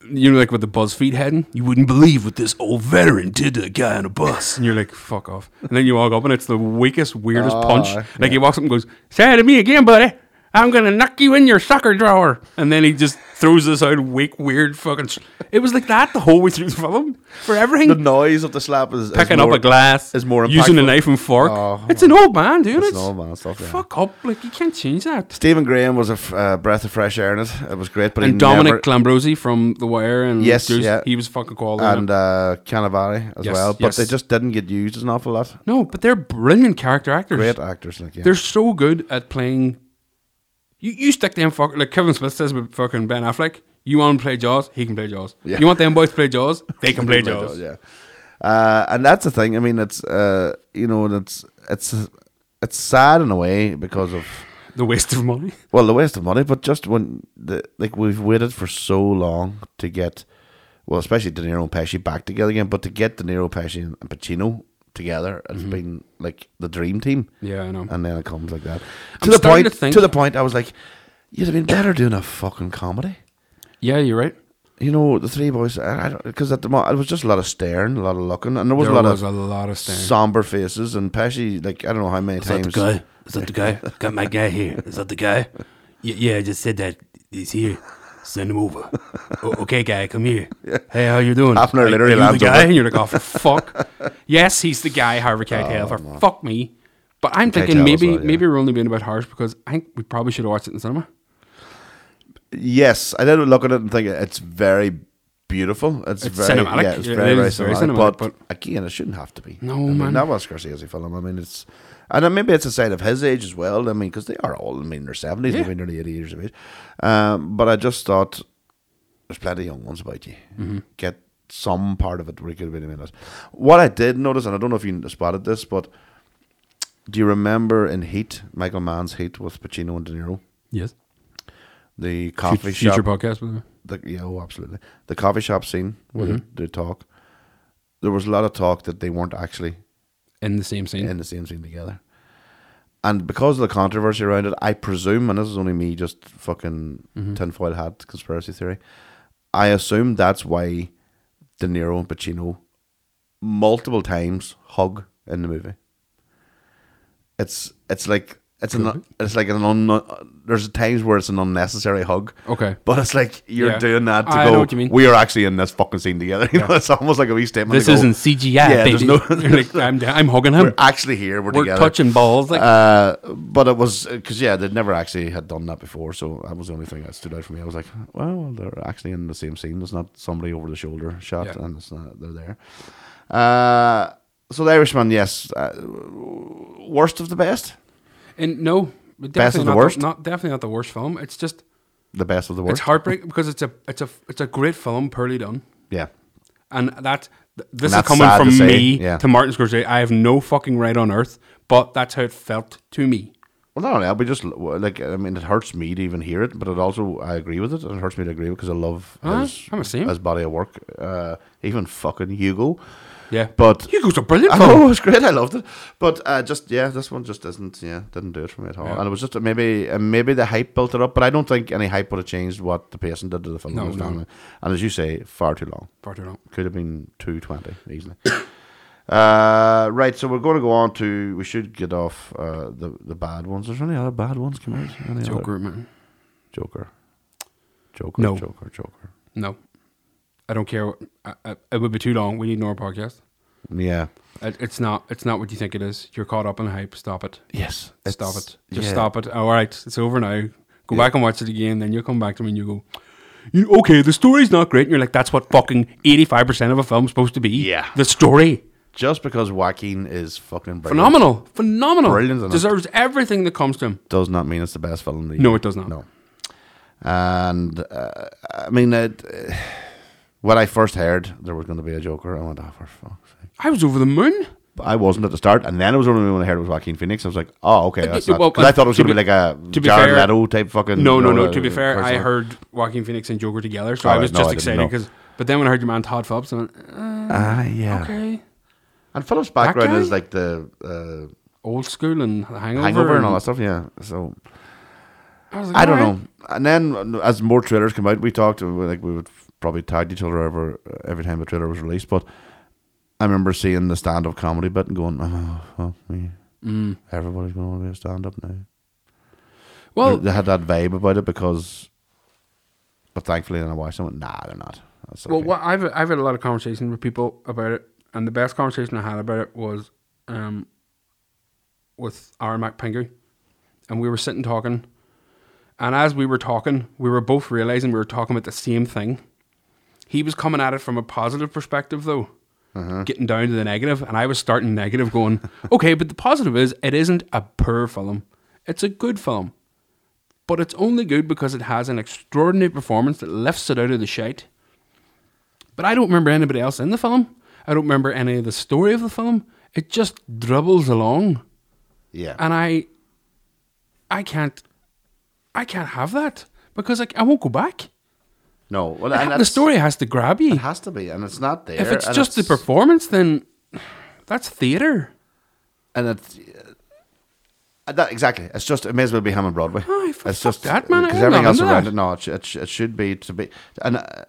Speaker 7: you know, like with the BuzzFeed heading, you wouldn't believe what this old veteran did to the guy on a bus, and you're like, fuck off. And then you walk up, and it's the weakest, weirdest punch.
Speaker 6: Oh,
Speaker 7: Like he walks up and goes, "Say it to me again, buddy." I'm gonna knock you in your sucker drawer, and then he just throws this out weak, weird fucking. s it was like that the whole way through the film for everything
Speaker 6: the noise of the slap is is
Speaker 7: picking
Speaker 6: more-
Speaker 7: up a glass
Speaker 6: is more
Speaker 7: using a
Speaker 6: impactful.
Speaker 7: knife and fork.
Speaker 6: Oh,
Speaker 7: it's an old man, dude.
Speaker 6: It's
Speaker 7: It's,
Speaker 6: an old man stuff, yeah.
Speaker 7: Fuck up, like you can't change that.
Speaker 6: Stephen Graham was a f- uh, breath of fresh air in it. It was great, but he
Speaker 7: and Dominic
Speaker 6: never-
Speaker 7: Glambrose from The Wire and
Speaker 6: Yes,
Speaker 7: Goose,
Speaker 6: yeah.
Speaker 7: he was fucking quality. in
Speaker 6: and
Speaker 7: it.
Speaker 6: uh, Cannavale as
Speaker 7: Yes,
Speaker 6: well, but
Speaker 7: yes.
Speaker 6: they just didn't get used as an awful lot.
Speaker 7: no, but they're brilliant character actors.
Speaker 6: uh, Great actors, like yeah.
Speaker 7: They're so good at playing. You you stick them fuck like Kevin Smith says with fucking Ben Affleck. You want him to play Jaws? He can play Jaws.
Speaker 6: Yeah.
Speaker 7: You want them boys to play Jaws? They can play Jaws.
Speaker 6: yeah. Uh, and that's the thing. I mean, it's uh, you know, it's it's it's sad in a way because of
Speaker 7: The waste of money.
Speaker 6: well the waste of money, but just when the like we've waited for so long to get well, especially De Niro and Pesci back together again, but to get De Niro, Pesci, and Pacino together,
Speaker 7: Mm-hmm.
Speaker 6: it's been like the dream team.
Speaker 7: Yeah, I know.
Speaker 6: and then it comes like that.
Speaker 7: I'm
Speaker 6: To the
Speaker 7: starting
Speaker 6: point,
Speaker 7: to
Speaker 6: to,
Speaker 7: think-
Speaker 6: the point, I was like, you'd have been better doing a fucking comedy.
Speaker 7: yeah, you're right.
Speaker 6: You know, the three boys, because at the moment it was just a lot of staring, a lot of looking, and there was
Speaker 7: There
Speaker 6: a lot
Speaker 7: was
Speaker 6: of
Speaker 7: a lot of staring.
Speaker 6: somber faces. And Pesci, like I don't know how many
Speaker 4: Is that
Speaker 6: times.
Speaker 4: the guy? Is that the guy? Got my guy here. Is that the guy? Y- yeah, I just said that. He's here. Send him over. O- okay, guy, come here. Hey, how you doing?
Speaker 6: Half an hour
Speaker 4: Are-
Speaker 6: later,
Speaker 4: are
Speaker 6: he
Speaker 4: you
Speaker 6: lands
Speaker 4: the
Speaker 6: over.
Speaker 4: guy?
Speaker 7: and you're like, oh, for fuck. Yes, he's the guy, Harvey Keitel, for fuck me. But I'm thinking
Speaker 6: Oh, Keitel as
Speaker 7: maybe
Speaker 6: well, yeah.
Speaker 7: maybe we're only being about harsh because I think we probably should have watched it in the cinema.
Speaker 6: Yes, I did look at it and think it's very beautiful. It's,
Speaker 7: It's
Speaker 6: very
Speaker 7: cinematic.
Speaker 6: Yeah, it's
Speaker 7: It
Speaker 6: very, very
Speaker 7: is very
Speaker 6: cinematic.
Speaker 7: cinematic,
Speaker 6: but,
Speaker 7: but-
Speaker 6: again, it shouldn't have to be.
Speaker 7: No,
Speaker 6: I mean,
Speaker 7: man.
Speaker 6: That was a Scorsese film. I mean, it's and then maybe it's a sign of his age as well. I mean, because they are all. I mean, they're seventies.
Speaker 7: Yeah.
Speaker 6: They've been nearly eighty years of age. Um, but I just thought there's plenty of young ones about you.
Speaker 7: Mm-hmm.
Speaker 6: Get some part of it where you could have been in it. What I did notice, and I don't know if you spotted this, but do you remember in Heat, Michael Mann's Heat with Pacino and De Niro,
Speaker 7: Yes.
Speaker 6: the coffee
Speaker 7: Future
Speaker 6: shop?
Speaker 7: podcast. wasn't it?
Speaker 6: the yeah, oh, absolutely. The coffee shop scene where they, they talk. There was a lot of talk that they weren't actually
Speaker 7: In the same scene.
Speaker 6: in the same scene together. And because of the controversy around it, I presume, and this is only me just fucking
Speaker 7: Mm-hmm.
Speaker 6: tinfoil hat conspiracy theory, I assume that's why De Niro and Pacino multiple times hug in the movie. It's it's like it's an it's like an un, there's times where it's an unnecessary hug.
Speaker 7: Okay.
Speaker 6: but it's like you're
Speaker 7: Yeah.
Speaker 6: doing that to
Speaker 7: I
Speaker 6: go.
Speaker 7: know what you mean.
Speaker 6: We are actually in this fucking scene together. You know, it's almost like a wee statement.
Speaker 7: this
Speaker 6: to go,
Speaker 7: isn't CGI.
Speaker 6: Yeah, there's
Speaker 7: baby.
Speaker 6: no.
Speaker 7: You're like, I'm, I'm hugging him.
Speaker 6: we're actually here. We're,
Speaker 7: We're
Speaker 6: together.
Speaker 7: touching balls. Like,
Speaker 6: Uh, but it was because yeah, they'd never actually had done that before, so that was the only thing that stood out for me. I was like, well, they're actually in the same scene. It's not somebody over the shoulder shot,
Speaker 7: Yeah.
Speaker 6: and it's not, they're there. Uh, so the Irishman, yes, uh, worst of the best,
Speaker 7: and no, definitely
Speaker 6: Best of the
Speaker 7: not
Speaker 6: worst?
Speaker 7: not definitely not the worst film. It's just
Speaker 6: the best of the worst.
Speaker 7: it's heartbreaking because it's a it's a it's a great film, poorly done.
Speaker 6: Yeah,
Speaker 7: And that th- this
Speaker 6: that's
Speaker 7: is coming
Speaker 6: sad
Speaker 7: from
Speaker 6: to say,
Speaker 7: me
Speaker 6: yeah.
Speaker 7: to Martin Scorsese. I have no fucking right on earth, but that's how it felt to me.
Speaker 6: Well, not only that, but just l- like I mean, it hurts me to even hear it, but it also I agree with it, and it hurts me to agree because I love
Speaker 7: Aye,
Speaker 6: his,
Speaker 7: I'm the same.
Speaker 6: his body of work, uh, even fucking Hugo.
Speaker 7: Yeah,
Speaker 6: But
Speaker 7: Hugo's a brilliant
Speaker 6: I
Speaker 7: film.
Speaker 6: know, it was great. I loved it, but uh, just yeah, this one just isn't. Yeah, didn't do it for me at all.
Speaker 7: Yeah.
Speaker 6: And it was just maybe uh, maybe the hype built it up, but I don't think any hype would have changed what the person did to the film.
Speaker 7: No,
Speaker 6: It was
Speaker 7: no.
Speaker 6: down- And as you say, far too long.
Speaker 7: Far too long.
Speaker 6: Could have been two twenty easily. uh, right, so we're going to go on to. We should get off uh, the the bad ones. Is there any other bad ones come out? Any other-
Speaker 7: Joker, man.
Speaker 6: Joker. Joker.
Speaker 7: No.
Speaker 6: Joker. Joker.
Speaker 7: No, I don't care. what- I, I, it would be too long. We need more podcast.
Speaker 6: Yeah.
Speaker 7: It, it's not. It's not what you think it is. You're caught up in hype. Stop it.
Speaker 6: Yes.
Speaker 7: stop
Speaker 6: it's-
Speaker 7: it. Just
Speaker 6: yeah.
Speaker 7: stop it. All right, it's over now. Go back and watch it again. Then you'll come back to me and you go, you, okay, the story's not great. And you're like, that's what fucking 85% of a film's supposed to be.
Speaker 6: Yeah.
Speaker 7: The story.
Speaker 6: Just because Joaquin is fucking brilliant
Speaker 7: Phenomenal. Phenomenal.
Speaker 6: Brilliant, isn't it?
Speaker 7: Deserves everything that comes to him.
Speaker 6: does not mean it's the best film. Of the
Speaker 7: No,
Speaker 6: year.
Speaker 7: it does not.
Speaker 6: No. And uh, I mean, it, when I first heard there was going to be a Joker, I went, "Oh, for fuck's sake!"
Speaker 7: I was over the moon.
Speaker 6: But I wasn't at the start, and then it was only when I heard it was Joaquin Phoenix. I was like, "Oh, okay."
Speaker 7: Uh,
Speaker 6: That's
Speaker 7: d-
Speaker 6: not,
Speaker 7: well,
Speaker 6: 'cause I thought it was
Speaker 7: to
Speaker 6: going to be
Speaker 7: be-
Speaker 6: like a
Speaker 7: to be
Speaker 6: Jared
Speaker 7: fair-
Speaker 6: Leto type fucking.
Speaker 7: No, no,
Speaker 6: you know,
Speaker 7: no. To be
Speaker 6: uh,
Speaker 7: fair, I
Speaker 6: person.
Speaker 7: heard Joaquin Phoenix and Joker together, so I
Speaker 6: Alright,
Speaker 7: was
Speaker 6: no,
Speaker 7: just
Speaker 6: I didn't
Speaker 7: excited
Speaker 6: know.
Speaker 7: 'cause- But then when I heard your man Todd Phillips, I went, uh,
Speaker 6: Ah, yeah.
Speaker 7: okay,
Speaker 6: And Philip's background
Speaker 7: guy?
Speaker 6: is like the uh,
Speaker 7: old school and the Hangover,
Speaker 6: Hangover and all that stuff. Yeah, so
Speaker 7: I, was like,
Speaker 6: I don't
Speaker 7: alright.
Speaker 6: know. And then uh, as more trailers come out, we talked. uh, Like we would f- probably tag each other over uh, every time a trailer was released. But I remember seeing the stand-up comedy bit and going, "Oh, well, yeah,
Speaker 7: Mm.
Speaker 6: everybody's going to want to be a stand-up now."
Speaker 7: Well,
Speaker 6: they, they had that vibe about it because. But thankfully, then I watched them. and went, Nah, they're not. That's
Speaker 7: Well,
Speaker 6: okay."
Speaker 7: what I've I've had a lot of conversations with people about it, and the best conversation I had about it was um, with our Mac Pingu, and we were sitting talking, and as we were talking, we were both realizing we were talking about the same thing. He was coming at it from a positive perspective, though, getting down to the negative, and I was starting negative, going, "Okay, but the positive is it isn't a poor film; it's a good film." But it's only good because it has an extraordinary performance that lifts it out of the shite. But I don't remember anybody else in the film. I don't remember any of the story of the film. It just dribbles along,
Speaker 6: Yeah,
Speaker 7: and I, I can't, I can't have that because I, I won't go back.
Speaker 6: no. Well, and
Speaker 7: the
Speaker 6: that's-
Speaker 7: story has to grab you.
Speaker 6: it has to be, and it's not there.
Speaker 7: If it's
Speaker 6: and
Speaker 7: just the
Speaker 6: it's-
Speaker 7: performance, then that's theater.
Speaker 6: and it's uh, that exactly. It's just it may as well be Ham and Broadway.
Speaker 7: Aye, for
Speaker 6: it's
Speaker 7: fuck
Speaker 6: just
Speaker 7: that, man, I
Speaker 6: Because
Speaker 7: am
Speaker 6: everything
Speaker 7: not
Speaker 6: else
Speaker 7: into
Speaker 6: around
Speaker 7: that.
Speaker 6: it, no, it, sh- it, sh- it should be to be and uh,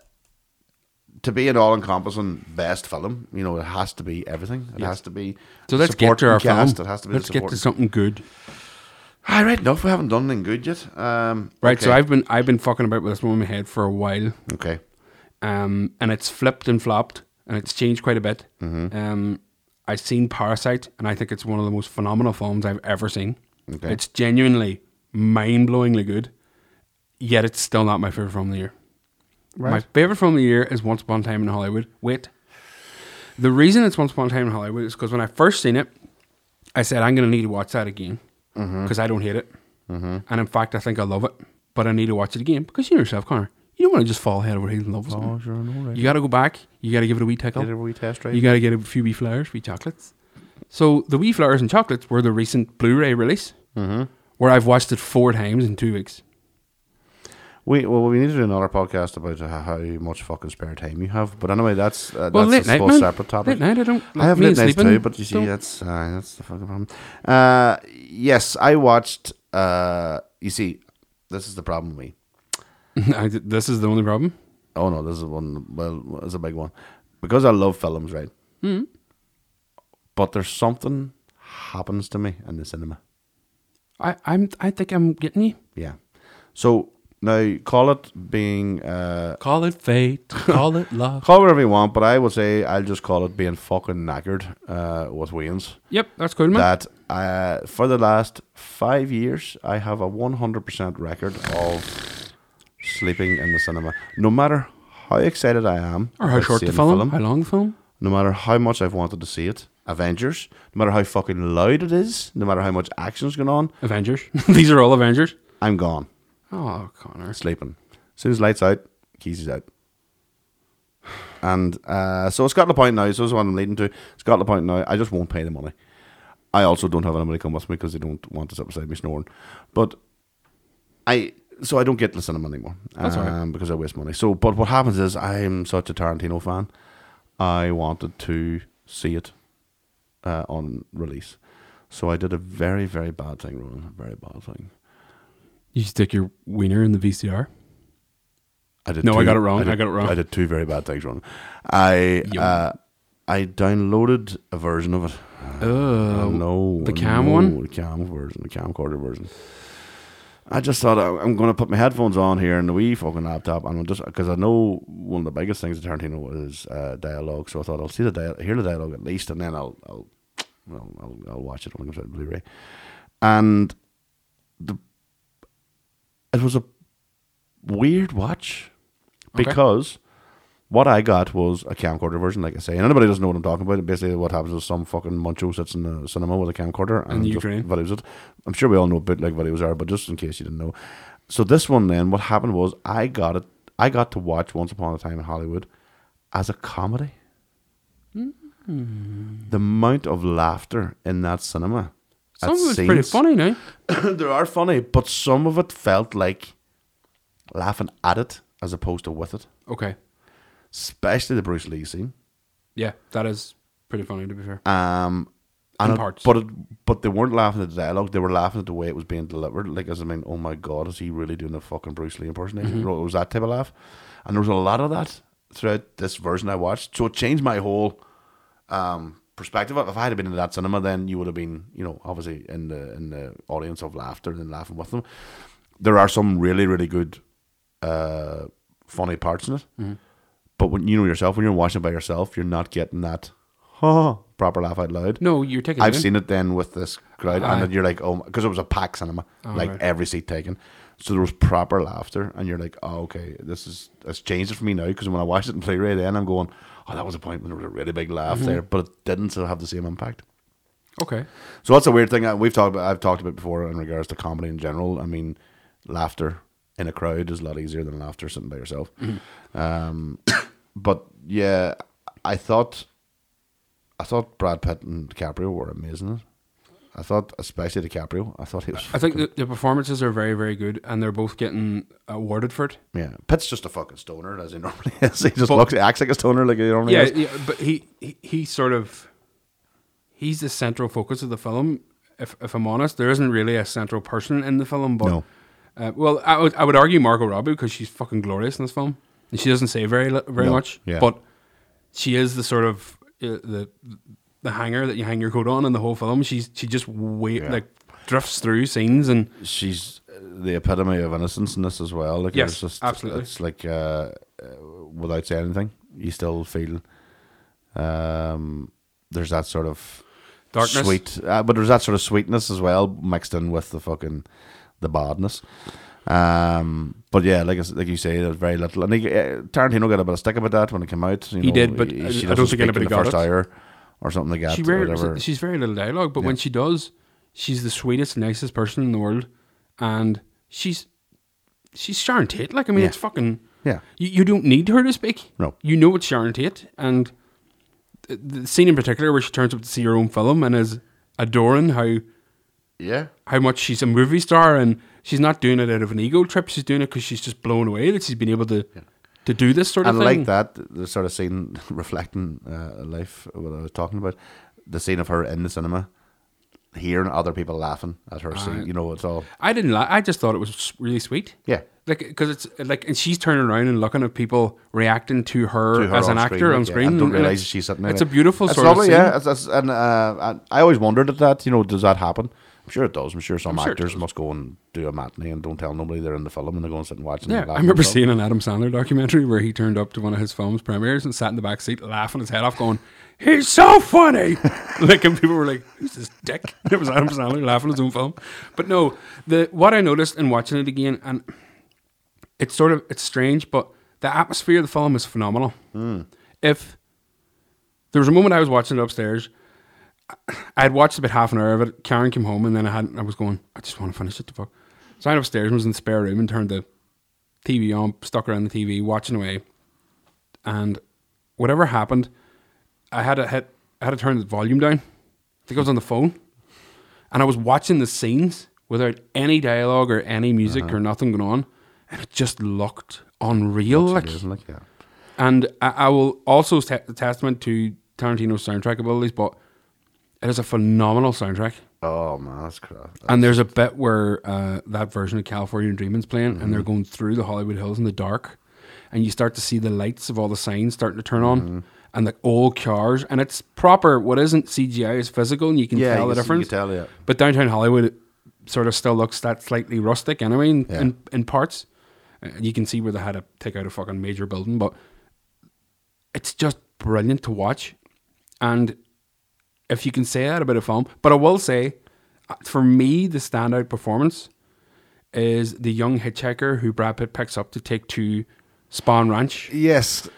Speaker 6: to be an all-encompassing best film. You know, it has to be everything. It has to be.
Speaker 7: So let's get
Speaker 6: supporting
Speaker 7: to our
Speaker 6: cast.
Speaker 7: film.
Speaker 6: It has to be.
Speaker 7: let's
Speaker 6: the
Speaker 7: get to something
Speaker 6: supporting-
Speaker 7: good.
Speaker 6: Aye, right. Enough. We haven't done anything good yet. Um,
Speaker 7: Right. So
Speaker 6: okay.
Speaker 7: I've been I've been fucking about with this one in my head for a while.
Speaker 6: okay.
Speaker 7: um, and it's flipped and flopped and it's changed quite a bit. Um, I've seen Parasite, and I think it's one of the most phenomenal films I've ever seen.
Speaker 6: Okay.
Speaker 7: It's genuinely mind blowingly good, yet it's still not my favorite film of the year. My favorite film of the year is Once Upon a Time in Hollywood. Wait. The reason it's Once Upon a Time in Hollywood is because when I first seen it, I said, I'm going to need to watch that again because I don't hate it. And in fact, I think I love it, but I need to watch it again because you know yourself, Connor. You don't want to just fall head over heels in love with
Speaker 6: Oh,
Speaker 7: something. You got to go back. You got to give it a wee tickle.
Speaker 6: Get a wee test drive.
Speaker 7: You got to get a few wee flowers, wee chocolates. So the wee flowers and chocolates were the recent Blu-ray release,
Speaker 6: Mm-hmm.
Speaker 7: where I've watched it four times in two weeks.
Speaker 6: We well, we need to do another podcast about h- how much fucking spare time you have. But anyway, that's uh,
Speaker 7: Well, late
Speaker 6: that's a
Speaker 7: night,
Speaker 6: whole
Speaker 7: man.
Speaker 6: separate topic.
Speaker 7: Late night, I don't.
Speaker 6: I have
Speaker 7: me
Speaker 6: late nights
Speaker 7: sleeping
Speaker 6: too, but you see,
Speaker 7: don't-
Speaker 6: that's uh, that's the fucking problem. Uh, yes, I watched. Uh, you see, this is the problem with me.
Speaker 7: I d- this is the only problem.
Speaker 6: Oh no, this is one. Well, it's a big one because I love films, right? Mm. But there's something happens to me in the cinema.
Speaker 7: I, I'm. I think I'm getting you.
Speaker 6: Yeah. So now call it being uh,
Speaker 7: Call it fate. Call it love.
Speaker 6: call it whatever you want, but I would say I'll just call it being fucking knackered uh, with Wayne's.
Speaker 7: Yep, that's good, man.
Speaker 6: that uh, for the last five years, I have a 100% record of sleeping in the cinema. No matter how excited I am,
Speaker 7: or how
Speaker 6: about
Speaker 7: short the
Speaker 6: seeing a
Speaker 7: film, How long the film?
Speaker 6: no matter how much I've wanted to see it, Avengers, no matter how fucking loud it is, no matter how much action's going on,
Speaker 7: Avengers. These are all Avengers.
Speaker 6: I'm gone,
Speaker 7: Oh, Connor.
Speaker 6: sleeping. As soon as lights out, keys is out. And uh, so it's got to the point now. So this is what I'm leading to. It's got to the point now. I just won't pay the money. I also don't have anybody come with me because they don't want to sit beside me snoring. But I so I don't get to the cinema anymore. um,
Speaker 7: That's all right.
Speaker 6: Because I waste money. So, but what happens is I'm such a Tarantino fan. I wanted to see it uh, on release. So I did a very, very bad thing, Ronan. A very bad thing.
Speaker 7: You stick your wiener in the VCR.
Speaker 6: I did
Speaker 7: No, I
Speaker 6: two-
Speaker 7: got it wrong.
Speaker 6: did-
Speaker 7: I got it wrong.
Speaker 6: I did two very bad things wrong. I
Speaker 7: Yum.
Speaker 6: uh, I downloaded a version of it.
Speaker 7: Oh,
Speaker 6: no,
Speaker 7: the cam
Speaker 6: no,
Speaker 7: one?
Speaker 6: the cam version, the camcorder version. I just thought I- I'm going to put my headphones on here and the wee fucking laptop, and I'm just because I know one of the biggest things at Tarantino is uh, dialogue. So I thought I'll see the dia- hear the dialogue at least, and then I'll I'll I'll, I'll, I'll watch it when it comes out on Blu-ray. And the it was a weird watch
Speaker 7: Okay.
Speaker 6: because what I got was a camcorder version, like I say. And anybody who doesn't know what I'm talking about. Basically, what happens is some fucking muncho sits in the cinema with a camcorder and just
Speaker 7: Ukraine.
Speaker 6: videos it. I'm sure we all know what bootleg videos are, but just in case you didn't know. So this one, then, what happened was I got it. I got to watch Once Upon a Time in Hollywood as a comedy.
Speaker 7: Hmm.
Speaker 6: The amount of laughter in that cinema. at
Speaker 7: some of it's pretty
Speaker 6: scenes-
Speaker 7: funny now.
Speaker 6: there are funny, but some of it felt like laughing at it as opposed to with it.
Speaker 7: Okay,
Speaker 6: Especially the Bruce Lee scene.
Speaker 7: yeah, that is pretty funny to be fair.
Speaker 6: Um,
Speaker 7: In
Speaker 6: and it-
Speaker 7: parts.
Speaker 6: but it, but they weren't laughing at the dialogue. They were laughing at the way it was being delivered. Like as I mean, oh my god, is he really doing a fucking Bruce Lee impersonation?
Speaker 7: Mm-hmm.
Speaker 6: It was that type of laugh, and there was a lot of that throughout this version I watched. So it changed my whole um, perspective. If I had been in that cinema, then you would have been, you know, obviously in the in the audience of laughter and laughing with them. There are some really really good, uh, funny parts in it.
Speaker 7: Mm-hmm.
Speaker 6: But when you know yourself, when you're watching it by yourself, you're not getting that proper laugh out loud.
Speaker 7: no, you're taking.
Speaker 6: I've
Speaker 7: it in.
Speaker 6: seen it then with this crowd,
Speaker 7: Aye.
Speaker 6: and then you're like, oh, because it was a packed cinema,
Speaker 7: Oh,
Speaker 6: like
Speaker 7: right.
Speaker 6: every seat taken. So there was proper laughter, and you're like, oh, okay, this is that's changed it for me now. Because when I watched it in Blu-ray, then I'm going, oh, that was a point when there was a really big laugh
Speaker 7: Mm-hmm.
Speaker 6: there, but it didn't still have the same impact.
Speaker 7: Okay,
Speaker 6: So that's a weird thing. that We've talked about. I've talked about before in regards to comedy in general. I mean, laughter in a crowd is a lot easier than laughter sitting by yourself.
Speaker 7: Mm-hmm.
Speaker 6: Um, but yeah, I thought, I thought Brad Pitt and DiCaprio were amazing. in it. I thought, especially DiCaprio. I thought he was.
Speaker 7: I think the, the performances are very, very good, and they're both getting awarded for it.
Speaker 6: yeah, Pitt's just a fucking stoner as he normally is. He just
Speaker 7: But-
Speaker 6: looks, acts like a stoner, like he normally
Speaker 7: yeah,
Speaker 6: is.
Speaker 7: yeah, but he, he he sort of he's the central focus of the film. If if I'm honest, there isn't really a central person in the film, but
Speaker 6: No.
Speaker 7: uh, well, I would I would argue Margot Robbie because she's fucking glorious in this film, and she doesn't say very li- very
Speaker 6: No,
Speaker 7: much,
Speaker 6: yeah.
Speaker 7: but she is the sort of uh, the the hanger that you hang your coat on in the whole film. She's she just wait
Speaker 6: Yeah.
Speaker 7: like drifts through scenes and
Speaker 6: she's uh, the epitome of innocence in this as well. Like
Speaker 7: Yes,
Speaker 6: it's just,
Speaker 7: absolutely.
Speaker 6: It's like uh, uh, without saying anything, you still feel um, there's that sort of
Speaker 7: Darkness.
Speaker 6: sweet, uh, but there's that sort of sweetness as well mixed in with the fucking the badness. Um, but yeah, like I s- like you say, there's very little. And he, uh, Tarantino got a bit of stick about that when it came out. You
Speaker 7: He
Speaker 6: know,
Speaker 7: did, but I- I
Speaker 6: she
Speaker 7: don't
Speaker 6: doesn't
Speaker 7: think
Speaker 6: speak in
Speaker 7: anybody
Speaker 6: the
Speaker 7: got
Speaker 6: first
Speaker 7: it.
Speaker 6: hour or something like that.
Speaker 7: she
Speaker 6: or
Speaker 7: rarely,
Speaker 6: whatever.
Speaker 7: she's very little dialogue, but when she does, she's the sweetest, nicest person in the world, and she's she's Sharon Tate. Like I mean,
Speaker 6: Yeah.
Speaker 7: it's fucking
Speaker 6: Yeah.
Speaker 7: You, you don't need her to speak.
Speaker 6: No.
Speaker 7: you know it's Sharon Tate, and th- the scene in particular where she turns up to see her own film and is adoring how
Speaker 6: yeah,
Speaker 7: how much she's a movie star and she's not doing it out of an ego trip. She's doing it because she's just blown away that she's been able to to do this sort of
Speaker 6: and
Speaker 7: thing.
Speaker 6: like that, the sort of scene reflecting uh, life, what I was talking about, the scene of her in the cinema, hearing other people laughing at her scene, you know, it's all,
Speaker 7: I didn't like. I just thought it was s- really sweet.
Speaker 6: Yeah.
Speaker 7: Like, because it's like, and she's turning around and looking at people reacting to her,
Speaker 6: To her
Speaker 7: as an
Speaker 6: on
Speaker 7: actor
Speaker 6: screen,
Speaker 7: on
Speaker 6: like, yeah,
Speaker 7: screen.
Speaker 6: and don't
Speaker 7: and
Speaker 6: realise
Speaker 7: it's-
Speaker 6: she's sitting
Speaker 7: It's
Speaker 6: there.
Speaker 7: a beautiful
Speaker 6: It's
Speaker 7: sort
Speaker 6: lovely,
Speaker 7: of scene.
Speaker 6: yeah. It's, it's, and uh, and I always wondered at that, you know, does that happen? I'm sure it does. I'm sure some
Speaker 7: I'm sure it
Speaker 6: actors
Speaker 7: does.
Speaker 6: must go and do a matinee and don't tell nobody they're in the film and they go and sit and watch. and
Speaker 7: Yeah,
Speaker 6: laugh
Speaker 7: I
Speaker 6: at
Speaker 7: remember
Speaker 6: themselves.
Speaker 7: seeing an Adam Sandler documentary where he turned up to one of his film's premieres and sat in the back seat laughing his head off, going, "He's so funny!" like, and people were like, "Who's this dick?" It was Adam Sandler laughing at his own film. But no, the what I noticed in watching it again, and it's sort of it's strange, but the atmosphere of the film is phenomenal. If there was a moment I was watching it upstairs. I had watched about half an hour of it. Karen came home, and then I had I was going, I just want to finish it. The fuck. So I went upstairs and was in the spare room and turned the TV on, stuck around the TV, watching away. And whatever happened, I had to hit, I had to turn the volume down. I think I was on the phone. And I was watching the scenes without any dialogue or any music
Speaker 6: Uh-huh.
Speaker 7: or nothing going on, and it just looked unreal.
Speaker 6: Looks
Speaker 7: Like,
Speaker 6: it is, like, yeah.
Speaker 7: and I, I will also t- testament to Tarantino's soundtrack abilities, but it is a phenomenal soundtrack.
Speaker 6: Oh man, that's crap.
Speaker 7: And there's a bit where uh, that version of California Dreaming's playing, and
Speaker 6: Mm-hmm.
Speaker 7: they're going through the Hollywood Hills in the dark, and you start to see the lights of all the signs starting to turn
Speaker 6: Mm-hmm.
Speaker 7: on, and the old cars, and it's proper. What isn't CGI is physical, and you can
Speaker 6: Yeah,
Speaker 7: tell
Speaker 6: you
Speaker 7: the
Speaker 6: can see- you
Speaker 7: difference.
Speaker 6: can tell, yeah.
Speaker 7: But downtown Hollywood sort of still looks that slightly rustic anyway in,
Speaker 6: Yeah.
Speaker 7: in, in parts. Uh, you can see where they had to take out a fucking major building, but it's just brilliant to watch. And if you can say that about a film, but I will say, uh, for me, the standout performance is the young hitchhiker who Brad Pitt picks up to take to Spawn Ranch,
Speaker 6: yes,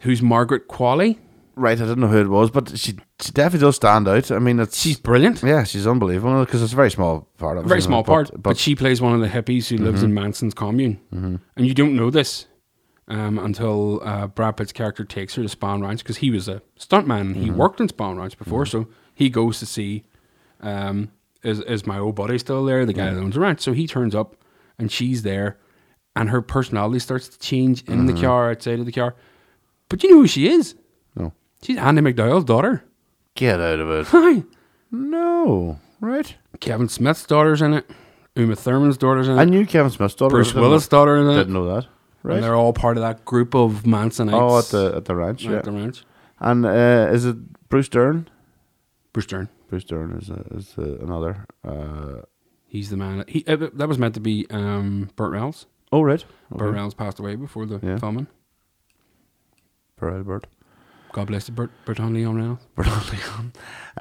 Speaker 7: who's Margaret Qualley.
Speaker 6: right. I didn't know who it was, but she she definitely does stand out. I mean, it's
Speaker 7: She's brilliant.
Speaker 6: yeah, she's unbelievable because it's a very small part of
Speaker 7: very small part, but, Mm-hmm. she plays one of the hippies who lives in Manson's commune, and you don't know this um, until uh, Brad Pitt's character takes her to Spawn Ranch because he was a stuntman. He worked in Spawn Ranch before, so he goes to see um, is is my old buddy still there, the guy that owns the ranch. So he turns up, and she's there, and her personality starts to change in the car, outside of the car. But you know who she is?
Speaker 6: No.
Speaker 7: She's Andy McDowell's daughter.
Speaker 6: get out of it.
Speaker 7: Hi.
Speaker 6: No, right.
Speaker 7: Kevin Smith's daughter's in it. Uma Thurman's daughter's in it.
Speaker 6: I knew Kevin Smith's daughter.
Speaker 7: Bruce
Speaker 6: was in it.
Speaker 7: Willis' daughter in it.
Speaker 6: Didn't know that.
Speaker 7: And they're
Speaker 6: Right.
Speaker 7: all part of that group of Mansonites.
Speaker 6: Oh, at the at the ranch.
Speaker 7: at
Speaker 6: Yeah.
Speaker 7: the ranch.
Speaker 6: And uh, is it Bruce Dern?
Speaker 7: Bruce Dern.
Speaker 6: Bruce Dern is a, is a, another. Uh,
Speaker 7: He's the man. He uh, that was meant to be um, Burt Reynolds.
Speaker 6: oh, right. Okay.
Speaker 7: Burt Reynolds passed away before the
Speaker 6: Yeah.
Speaker 7: filming.
Speaker 6: Burt Albert.
Speaker 7: God bless the Burt Burt Leon Reynolds.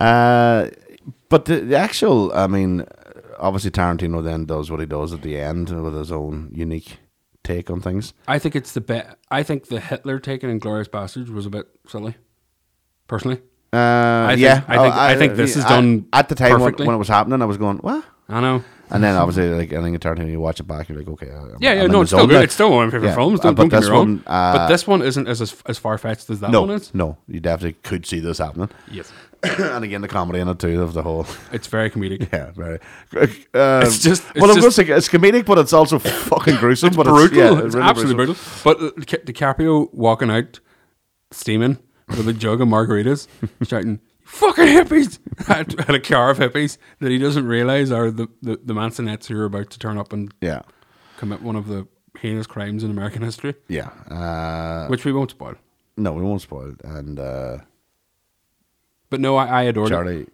Speaker 6: Uh, but the, the actual, I mean, obviously Tarantino then does what he does at the end with his own unique take on things.
Speaker 7: I think it's the best. I think the Hitler taken in Glorious Bastards was a bit silly. Personally,
Speaker 6: Uh,
Speaker 7: think-
Speaker 6: yeah, Oh,
Speaker 7: I think- I think this is done
Speaker 6: at the time when,
Speaker 7: perfectly.
Speaker 6: when it was happening. I was going what,
Speaker 7: I know.
Speaker 6: and then obviously like I think Tarantino, you watch it back, you're like, okay, I- I'm-
Speaker 7: Yeah, yeah,
Speaker 6: I'm in
Speaker 7: no,
Speaker 6: the
Speaker 7: it's still
Speaker 6: zone now.
Speaker 7: good. It's still one of my favorite
Speaker 6: Yeah,
Speaker 7: films.
Speaker 6: uh,
Speaker 7: Don't,
Speaker 6: but
Speaker 7: don't get
Speaker 6: this
Speaker 7: me wrong.
Speaker 6: one, uh,
Speaker 7: but this one isn't as as, as far fetched as that one
Speaker 6: No,
Speaker 7: is.
Speaker 6: no, you definitely could see this happening,
Speaker 7: Yes,
Speaker 6: and again the comedy in it too of the whole.
Speaker 7: it's very comedic.
Speaker 6: Yeah, very. Uh,
Speaker 7: It's just- it's
Speaker 6: well, I'm
Speaker 7: just-
Speaker 6: gonna say it's comedic, but it's also fucking gruesome. but
Speaker 7: brutal.
Speaker 6: it's,
Speaker 7: It's,
Speaker 6: yeah, really
Speaker 7: absolutely brutal. But uh, Ca- DiCaprio walking out, steaming with a jug of margaritas, shouting, "Fucking hippies!" at, at a car of hippies that he doesn't realize are the the, the Mansonettes who are about to turn up and
Speaker 6: Yeah,
Speaker 7: commit one of the heinous crimes in American history,
Speaker 6: yeah. Uh,
Speaker 7: which we won't spoil.
Speaker 6: no, we won't spoil it. And uh,
Speaker 7: But no, I, I adored it.
Speaker 6: Charlie,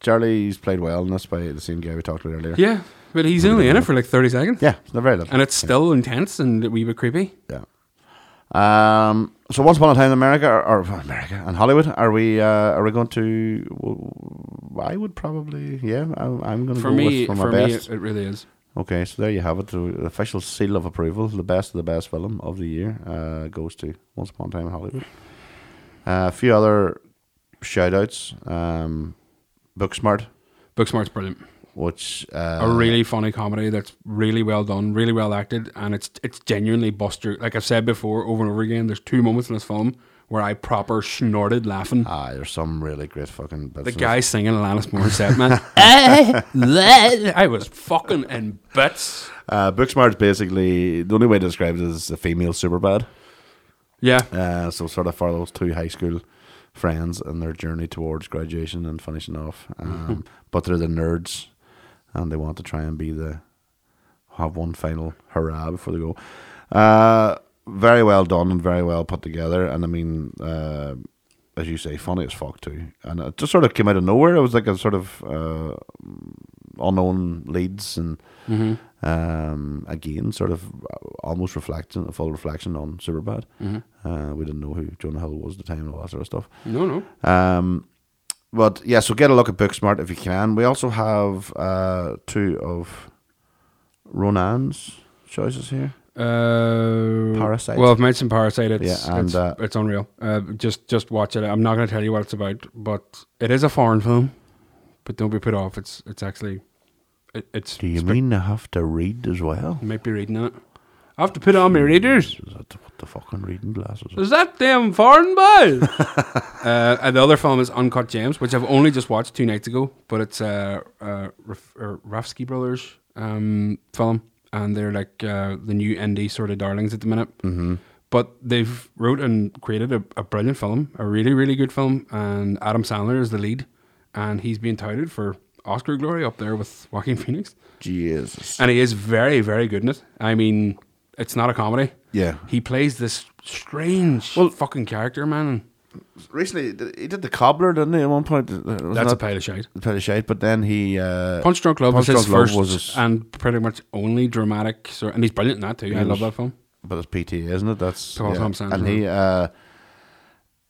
Speaker 6: Charlie's played well, and that's by the same guy we talked about earlier.
Speaker 7: Yeah, but he's only in it for like thirty seconds.
Speaker 6: yeah, it's not very little.
Speaker 7: and it's still intense and a wee bit creepy.
Speaker 6: yeah. Um. So once upon a time in America, or, or America and Hollywood, are we? Uh, are we going to? w- I would probably. Yeah, I'm, I'm going to
Speaker 7: For
Speaker 6: go
Speaker 7: me,
Speaker 6: with for my
Speaker 7: for me,
Speaker 6: best.
Speaker 7: it, it really is.
Speaker 6: Okay, so there you have it. The official seal of approval, the best of the best film of the year, uh, goes to Once Upon a Time in Hollywood. Uh, a few other shout outs. Um, Booksmart,
Speaker 7: Booksmart's brilliant.
Speaker 6: which.
Speaker 7: a
Speaker 6: Uh,
Speaker 7: Oh, really funny comedy that's really well done, really well acted, and it's it's genuinely Buster. Like I've said before, over and over again, there's two moments in this film where I proper snorted laughing.
Speaker 6: ah, there's some really great fucking bits.
Speaker 7: the
Speaker 6: in
Speaker 7: guy
Speaker 6: it.
Speaker 7: singing Alanis Morissette, man, Eh, leh. I was fucking in bits.
Speaker 6: Uh, Booksmart's basically. The only way to describe it is a female Superbad.
Speaker 7: Yeah,
Speaker 6: Uh, so sort of follows two high school friends and their journey towards graduation and finishing off. Um, but they're the nerds, and they want to try and be the have one final hurrah before they go. Uh, very well done and very well put together. And I mean, uh, as you say, funny as fuck too. And it just sort of came out of nowhere. It was like a sort of uh, unknown leads and
Speaker 7: Mm-hmm.
Speaker 6: um, again, sort of almost reflecting a full reflection on Superbad.
Speaker 7: Mm-hmm.
Speaker 6: Uh, we didn't know who Jonah Hill was at the time and all that sort of stuff.
Speaker 7: no, no,
Speaker 6: Um, but yeah, so get a look at Booksmart if you can. We also have uh, two of Ronan's choices here.
Speaker 7: uh,
Speaker 6: Parasite.
Speaker 7: Well, I've mentioned Parasite. It's
Speaker 6: Yeah, and,
Speaker 7: it's,
Speaker 6: uh,
Speaker 7: it's unreal. Uh, just just watch it. I'm not going to tell you what it's about, but it is a foreign film. But don't be put off. It's it's actually. It, it's
Speaker 6: Do you mean I have to read as well?
Speaker 7: You might be reading it. I I have to put on my readers.
Speaker 6: Is that what the fucking reading glasses? Are?
Speaker 7: Is that damn foreign boy? uh, and the other film is Uncut Gems, which I've only just watched two nights ago, but it's uh, uh, Raf- or Rafsky Brothers um, film, and they're like uh, the new indie sort of darlings at the minute. Mm-hmm. But they've wrote and created a, a brilliant film, a really really good film, and Adam Sandler is the lead, and he's being touted for Oscar glory up there with Joaquin Phoenix,
Speaker 6: Jesus.
Speaker 7: and he is very very good in it. I mean, it's not a comedy.
Speaker 6: Yeah.
Speaker 7: He plays this strange fucking character, man.
Speaker 6: Recently, he did- he did the cobbler, didn't he? At one point, Wasn't
Speaker 7: That's a
Speaker 6: that
Speaker 7: pile of shite.
Speaker 6: a pile of shite. But then he uh,
Speaker 7: Punch Drunk Love
Speaker 6: Punch
Speaker 7: was his
Speaker 6: Drunk Love
Speaker 7: first
Speaker 6: was his-
Speaker 7: and pretty much only dramatic, so, and he's brilliant in that too. I
Speaker 6: Yes.
Speaker 7: love that film.
Speaker 6: but it's PT, isn't it? That's
Speaker 7: That's what I'm saying,
Speaker 6: And he, uh,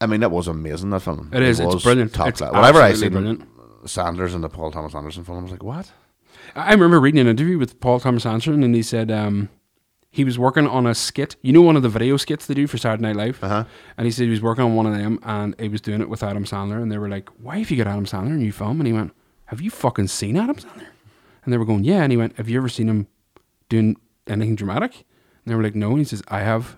Speaker 6: I mean, that was amazing. That film.
Speaker 7: It is. It's
Speaker 6: was
Speaker 7: brilliant.
Speaker 6: Top
Speaker 7: It's
Speaker 6: class. Whenever I
Speaker 7: absolutely
Speaker 6: seen
Speaker 7: brilliant.
Speaker 6: Sanders and the Paul Thomas Anderson film, I was like, what?
Speaker 7: I I remember reading an interview with Paul Thomas Anderson, and he said um, he was working on a skit. You know, one of the video skits they do for Saturday Night Live.
Speaker 6: Uh-huh.
Speaker 7: And he said he was working on one of them, and he was doing it with Adam Sandler. And they were like, "Why have you got Adam Sandler in your film?" And he went, "Have you fucking seen Adam Sandler?" And they were going, "Yeah." And he went, "Have you ever seen him doing anything dramatic?" And they were like, "No." And he says, "I have."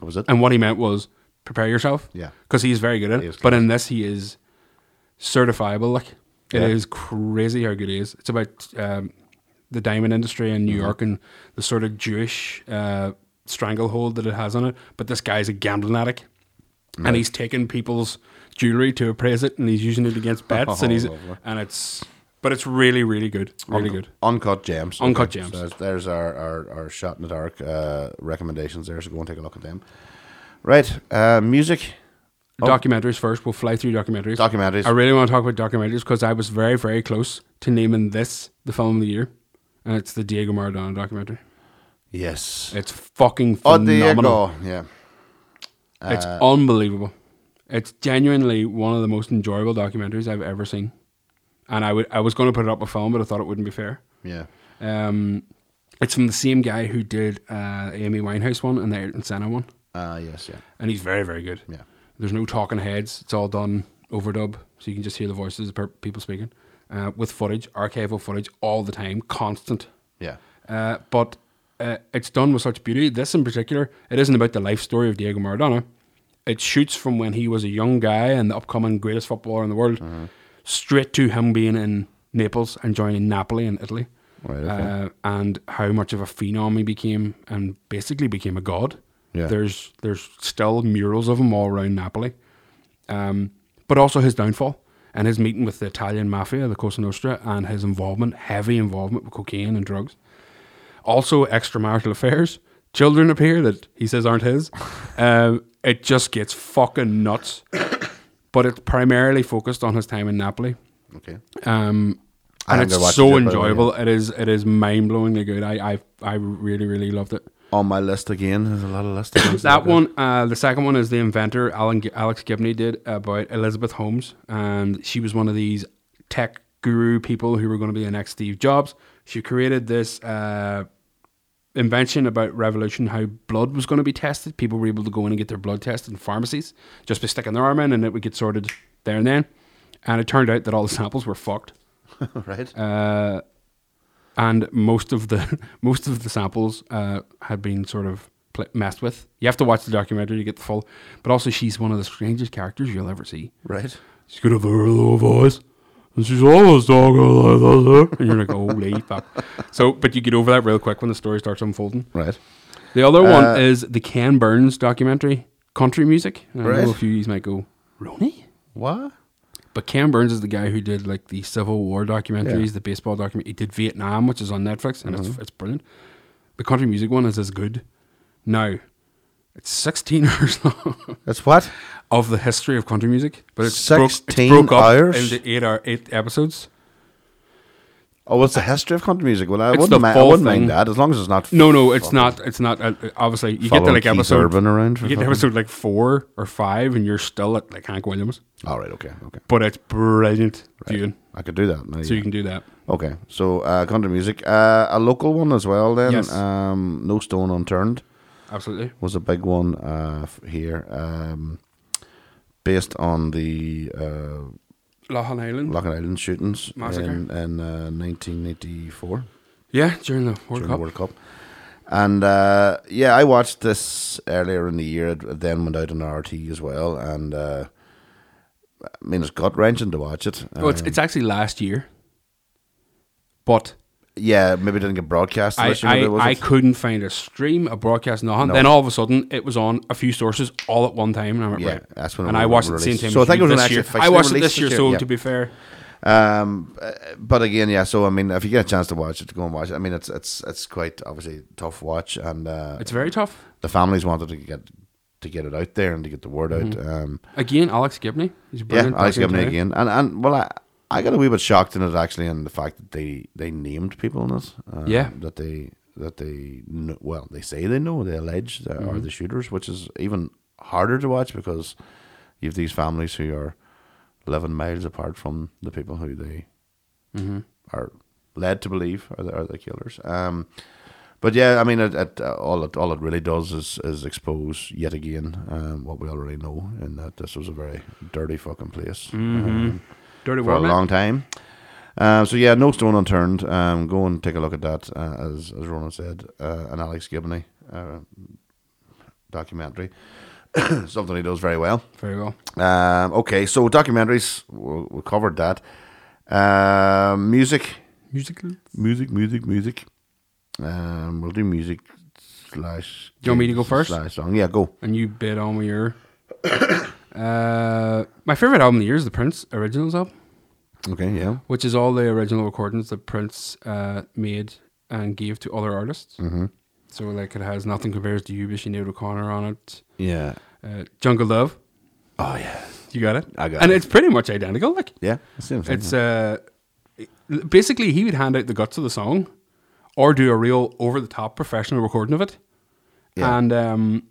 Speaker 6: What was it?
Speaker 7: And what he meant was prepare yourself.
Speaker 6: Yeah.
Speaker 7: Because he's very good at
Speaker 6: He
Speaker 7: it.
Speaker 6: is
Speaker 7: But
Speaker 6: class.
Speaker 7: in this, he is certifiable. Like, it is
Speaker 6: Yeah.
Speaker 7: crazy how good he is. It's about um, the diamond industry in New
Speaker 6: Mm-hmm.
Speaker 7: York and the sort of Jewish uh, stranglehold that it has on it. But this guy's a gambling addict. And he's taking people's jewelry to appraise it, and he's using it against bets, and he's
Speaker 6: Oh, Lovely.
Speaker 7: and it's, but it's really, really good, really good.
Speaker 6: Uncut Gems.
Speaker 7: Uncut
Speaker 6: Okay,
Speaker 7: Gems.
Speaker 6: so there's, there's our, our, our shot in the dark uh, recommendations there, so go and take a look at them. Right, uh, music, Oh.
Speaker 7: Documentaries first. We'll fly through documentaries.
Speaker 6: documentaries.
Speaker 7: I really want to talk about documentaries because I was very, very close to naming this the film of the year, and it's the Diego Maradona documentary.
Speaker 6: yes.
Speaker 7: It's fucking
Speaker 6: Oh,
Speaker 7: phenomenal.
Speaker 6: Diego. Uh. Yeah.
Speaker 7: it's unbelievable. It's genuinely one of the most enjoyable documentaries I've ever seen, and I would I was going to put it up a film, but I thought it wouldn't be fair.
Speaker 6: Yeah.
Speaker 7: Um, it's from the same guy who did uh, Amy Winehouse one and the Ayrton Senna one,
Speaker 6: Uh, yes, yeah.
Speaker 7: and he's very, very good.
Speaker 6: Yeah.
Speaker 7: There's no talking heads. It's all done overdub, so you can just hear the voices of per- people speaking uh, with footage, archival footage, all the time, constant.
Speaker 6: Yeah.
Speaker 7: Uh, but uh, it's done with such beauty. This in particular, it isn't about the life story of Diego Maradona. It shoots from when he was a young guy and the upcoming greatest footballer in the world,
Speaker 6: Mm-hmm.
Speaker 7: straight to him being in Naples and joining Napoli in Italy,
Speaker 6: Right, okay.
Speaker 7: uh, and how much of a phenom he became, and basically became a god.
Speaker 6: Yeah.
Speaker 7: There's there's still murals of him all around Napoli um, but also his downfall and his meeting with the Italian mafia, the Cosa Nostra, and his involvement, heavy involvement with cocaine and drugs. Also, extramarital affairs, children appear that he says aren't his. um, it just gets fucking nuts. but it's primarily focused on his time in Napoli.
Speaker 6: Okay.
Speaker 7: Um,
Speaker 6: I
Speaker 7: and
Speaker 6: am gonna
Speaker 7: it's
Speaker 6: watch
Speaker 7: so
Speaker 6: it, by the way,
Speaker 7: enjoyable. It is. It is mind blowingly good. I, I I really really loved it.
Speaker 6: On my list again. There's a lot of lists. of things
Speaker 7: That
Speaker 6: I've got.
Speaker 7: one, uh, the second one is the inventor Alan G- Alex Gibney did about Elizabeth Holmes, and she was one of these tech guru people who were going to be the next Steve Jobs. She created this uh, invention about revolution how blood was going to be tested. People were able to go in and get their blood tested in pharmacies just by sticking their arm in, and it would get sorted there and then. And it turned out that all the samples were fucked
Speaker 6: right?
Speaker 7: Uh, and most of the most of the samples uh, had been sort of pl- messed with. You have to watch the documentary to get the full. But also, she's one of the strangest characters you'll ever see.
Speaker 6: right.
Speaker 7: She's got a very low voice, and she's always talking like that. And you're like, holy fuck! So, but you get over that real quick when the story starts unfolding.
Speaker 6: Right.
Speaker 7: The other
Speaker 6: Uh,
Speaker 7: one is the Ken Burns documentary, country music. And I
Speaker 6: Right.
Speaker 7: know a few of you might go, Ronnie.
Speaker 6: What?
Speaker 7: But Cam Burns is the guy who did like the Civil War documentaries,
Speaker 6: Yeah. Uh-huh.
Speaker 7: the baseball document. He did Vietnam, which is on Netflix, and it's it's brilliant. The country music one is as good. Now, it's sixteen hours long
Speaker 6: That's what?
Speaker 7: of the history of country music, but it's
Speaker 6: 16
Speaker 7: broke, it's broke up
Speaker 6: hours?
Speaker 7: into eight hour eight episodes.
Speaker 6: Oh, what's the history of country music? Well, I
Speaker 7: It's
Speaker 6: wouldn't,
Speaker 7: the
Speaker 6: mind, I
Speaker 7: full
Speaker 6: wouldn't
Speaker 7: thing.
Speaker 6: mind that as long as it's not.
Speaker 7: No, no, it's
Speaker 6: fucking
Speaker 7: not. It's not. Uh, uh, obviously, you get to
Speaker 6: following
Speaker 7: like
Speaker 6: Keith
Speaker 7: episode
Speaker 6: Urban around. For
Speaker 7: You get to
Speaker 6: fucking-
Speaker 7: episode like four or five, and you're still at like Hank Williams,
Speaker 6: All right. Okay. Okay.
Speaker 7: but it's brilliant viewing.
Speaker 6: I could do that. Now,
Speaker 7: So you can do that.
Speaker 6: Okay, so uh, country music, uh, a local one as well. Then,
Speaker 7: Yes.
Speaker 6: um, no stone unturned
Speaker 7: Absolutely.
Speaker 6: was a big one uh, f- here, um, based on the uh,
Speaker 7: Loughlin Island.
Speaker 6: Lock Island shootings
Speaker 7: Massacre.
Speaker 6: in, in uh, 1984
Speaker 7: yeah, during the World
Speaker 6: during
Speaker 7: Cup.
Speaker 6: the World Cup. And uh, yeah, I watched this earlier in the year. It it then went out on RT as well, and uh, I mean it's gut wrenching to watch it.
Speaker 7: Oh, it's,
Speaker 6: Um,
Speaker 7: it's actually last year. But
Speaker 6: yeah, maybe it didn't get broadcast.
Speaker 7: I,
Speaker 6: this year,
Speaker 7: I,
Speaker 6: maybe, was
Speaker 7: I
Speaker 6: it?
Speaker 7: couldn't find a stream, a broadcast, nothing.
Speaker 6: No.
Speaker 7: Then all of a sudden, it was on a few sources all at one time. And I went,
Speaker 6: Yeah,
Speaker 7: right.
Speaker 6: that's when it
Speaker 7: and
Speaker 6: was
Speaker 7: I watched it at the same
Speaker 6: released.
Speaker 7: time.
Speaker 6: So I
Speaker 7: as
Speaker 6: think
Speaker 7: you
Speaker 6: it was
Speaker 7: this
Speaker 6: an
Speaker 7: year.
Speaker 6: actually
Speaker 7: I watched it
Speaker 6: released
Speaker 7: this year,
Speaker 6: this
Speaker 7: so
Speaker 6: year,
Speaker 7: to
Speaker 6: yeah.
Speaker 7: be fair,
Speaker 6: Um, uh, but again, yeah. So I mean, if you get a chance to watch it, go and watch it. I mean, it's it's it's quite obviously a tough watch, and uh,
Speaker 7: it's very tough.
Speaker 6: the families wanted to get to get it out there and to get the word out.
Speaker 7: Mm-hmm.
Speaker 6: Um,
Speaker 7: Again, Alex Gibney. He's
Speaker 6: yeah,
Speaker 7: brilliant.
Speaker 6: Alex
Speaker 7: back in
Speaker 6: Gibney
Speaker 7: town.
Speaker 6: again, and and well, I I got a wee bit shocked in it actually, in the fact that they they named people in it. Um,
Speaker 7: Yeah.
Speaker 6: that they that they know, well they say they know they allege that
Speaker 7: Mm-hmm.
Speaker 6: are the shooters, which is even harder to watch because you have these families who are eleven miles apart from the people who they
Speaker 7: Mm-hmm.
Speaker 6: are led to believe are the, are the killers. Um, but yeah, I mean, it, it, uh, all it all it really does is is expose yet again um, what we already know, and that this was a very dirty fucking place um,
Speaker 7: Mm-hmm. Dirty
Speaker 6: for a
Speaker 7: World.
Speaker 6: long
Speaker 7: man.
Speaker 6: time. Um, so yeah, no stone unturned. Um, go and take a look at that, uh, as as Ronan said, uh, an Alex Gibney uh, documentary, something he does very well.
Speaker 7: Very well.
Speaker 6: Um, okay, so documentaries, we we covered that. Um, music,
Speaker 7: Musical. Do
Speaker 6: music, music, music. Um, we'll do music slash.
Speaker 7: Do you want me to go first?
Speaker 6: Slash song. Yeah, go.
Speaker 7: And you bid on with your. uh, my favorite album of the year is the Prince Originals album.
Speaker 6: Okay, yeah.
Speaker 7: which is all the original recordings that Prince uh, made and gave to other artists. Mm-hmm. So like it has nothing compares to you, by Sinead O'Connor on it.
Speaker 6: Yeah.
Speaker 7: Uh, Jungle Love,
Speaker 6: Oh, yeah.
Speaker 7: you got it.
Speaker 6: I got
Speaker 7: and
Speaker 6: it.
Speaker 7: it's pretty much identical. Like
Speaker 6: Yeah. It's,
Speaker 7: it's uh, basically he would hand out the guts of the song, or do a real over the top professional recording of it,
Speaker 6: Yeah.
Speaker 7: and um,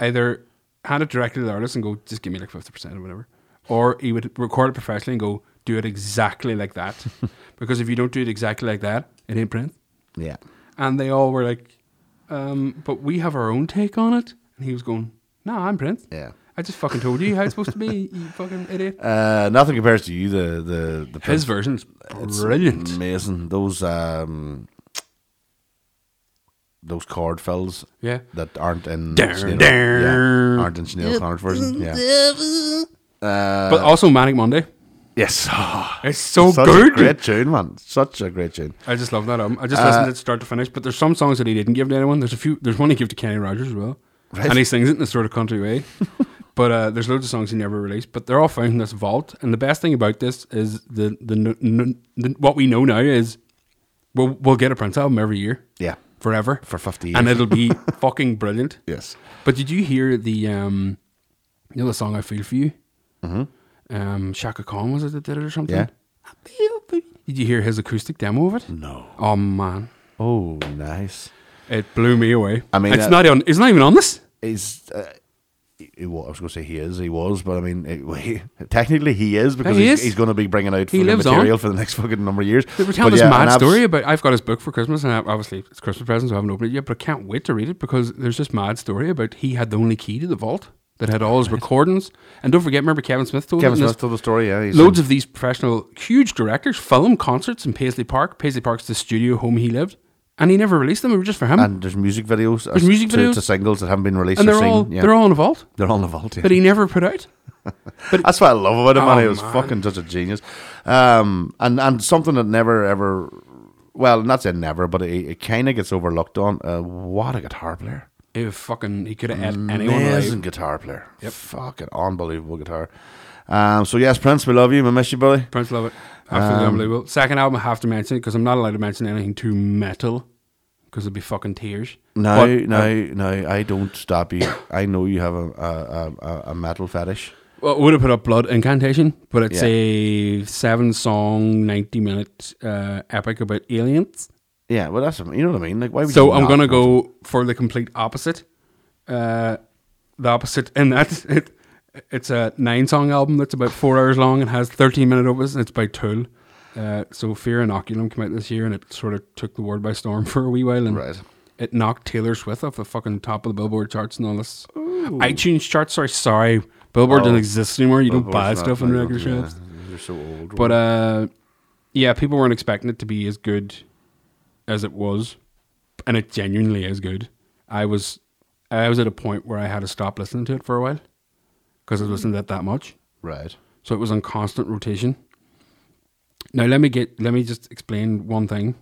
Speaker 7: either hand it directly to the artist and go just give me like fifty percent or whatever, or he would record it professionally and go do it exactly like that, because if you don't do it exactly like that, it ain't print.
Speaker 6: yeah.
Speaker 7: And they all were like, um, "But we have our own take on it," and he was going, "No, I'm Prince.
Speaker 6: Yeah.
Speaker 7: I just fucking told you how it's supposed to be, you fucking idiot."
Speaker 6: Uh, nothing compares to you. The the the
Speaker 7: His
Speaker 6: Prince-
Speaker 7: version's
Speaker 6: it's
Speaker 7: brilliant.
Speaker 6: amazing. Those um, those chord fills.
Speaker 7: Yeah.
Speaker 6: That aren't in
Speaker 7: Dun, dun.
Speaker 6: Sinead- yeah, aren't in Sinead O'Connor's version. Yeah.
Speaker 7: but also Manic Monday.
Speaker 6: Yes.
Speaker 7: It's so
Speaker 6: Uh, Oh, Such
Speaker 7: Oh, good.
Speaker 6: a great tune, man. Such a great tune.
Speaker 7: I just love that album. I just listened to it start to finish. But there's some songs that he didn't give to anyone. There's a few. There's one he gave to Kenny Rogers as well,
Speaker 6: Right.
Speaker 7: and he sings it in a sort of country way. but uh, there's loads of songs he never released. But they're all found in this vault. And the best thing about this is the the, n- n- the what we know now is we'll we'll get a Prince album every year.
Speaker 6: Yeah.
Speaker 7: forever
Speaker 6: For 50
Speaker 7: and
Speaker 6: years.
Speaker 7: it'll be fucking brilliant.
Speaker 6: Yes.
Speaker 7: But did you hear the um, you know the song "I Feel for You"? Mm-hmm. Um, Shaka Khan was it that did it or something?
Speaker 6: Yeah. Mm.
Speaker 7: I feel for you. Did you hear his acoustic demo of it?
Speaker 6: No.
Speaker 7: Oh man,
Speaker 6: Oh, nice.
Speaker 7: it blew me away.
Speaker 6: I mean, uh,
Speaker 7: it's
Speaker 6: that-
Speaker 7: not on. It's not even on this.
Speaker 6: Is uh, he, he wa- I was going to say he is, he was, but I mean, it, he, technically he is because
Speaker 7: he
Speaker 6: he's,
Speaker 7: is.
Speaker 6: he's going to be bringing out
Speaker 7: He
Speaker 6: fucking
Speaker 7: lives on.
Speaker 6: material for the next fucking number of years.
Speaker 7: They were telling
Speaker 6: But
Speaker 7: this
Speaker 6: yeah,
Speaker 7: mad
Speaker 6: and I've-
Speaker 7: story about I've got his book for Christmas, and I, obviously it's Christmas present, so I haven't opened it yet. But I can't wait to read it because there's this mad story about he had the only key to the vault that had all his recordings. And don't forget, remember Kevin Smith told
Speaker 6: Kevin
Speaker 7: it in his-
Speaker 6: Smith told the story. Yeah, he's
Speaker 7: loads of these professional, huge directors film concerts in Paisley Park. Paisley Park's the studio home he lived, and he never released them. They were just for him, and,
Speaker 6: and there's music videos. There's
Speaker 7: music
Speaker 6: to,
Speaker 7: videos.
Speaker 6: to singles that haven't been released. or
Speaker 7: they're
Speaker 6: seen.
Speaker 7: all
Speaker 6: yeah.
Speaker 7: they're all in a vault
Speaker 6: they're all in the vault. Yeah.
Speaker 7: that he never put out.
Speaker 6: That's what I love about him, man.
Speaker 7: Oh,
Speaker 6: He was
Speaker 7: man.
Speaker 6: fucking such a genius. Um, and, and something that never, ever, well, not saying never, but it, it kind of gets overlooked on. Uh, what a guitar player.
Speaker 7: He fucking he could have had anyone
Speaker 6: Amazing
Speaker 7: alive.
Speaker 6: guitar player. Yep. Fucking unbelievable guitar. Um, so, yes, Prince, we love you. We miss you, buddy.
Speaker 7: Prince love it, absolutely
Speaker 6: Um,
Speaker 7: unbelievable. Second album I have to mention because I'm not allowed to mention anything too metal because it'd be fucking tears.
Speaker 6: No,
Speaker 7: But,
Speaker 6: no,
Speaker 7: uh,
Speaker 6: no, I don't stop you. I know you have a, a, a- a, a metal fetish.
Speaker 7: well, I would have put up Blood Incantation, but it's
Speaker 6: Yeah.
Speaker 7: a seven song, ninety minute uh, epic about aliens.
Speaker 6: Yeah, well, that's, you know what I mean? Like, why would
Speaker 7: So
Speaker 6: you
Speaker 7: I'm
Speaker 6: not
Speaker 7: gonna
Speaker 6: want
Speaker 7: go for the complete opposite. Uh, the opposite, and that's it. It's a nine-song album that's about four hours long and has 13-minute opens, and it's by Tool. Uh, so Fear and Inoculum came out this year, and it sort of took the world by storm for a wee while, and
Speaker 6: Right.
Speaker 7: it knocked Taylor Swift off the fucking top of the Billboard charts and all this iTunes charts. Sorry, sorry, Billboard doesn't exist anymore. You don't
Speaker 6: Billboard's
Speaker 7: buy
Speaker 6: not
Speaker 7: stuff in
Speaker 6: like-
Speaker 7: record
Speaker 6: yeah,
Speaker 7: shops.
Speaker 6: You're so old.
Speaker 7: But uh, yeah, people weren't expecting it to be as good as it was. and it genuinely is good. I was I was at a point where I had to stop listening to it for a while because I was listening to it that much.
Speaker 6: Right.
Speaker 7: So it was on constant rotation. Now let me get let me just explain one thing.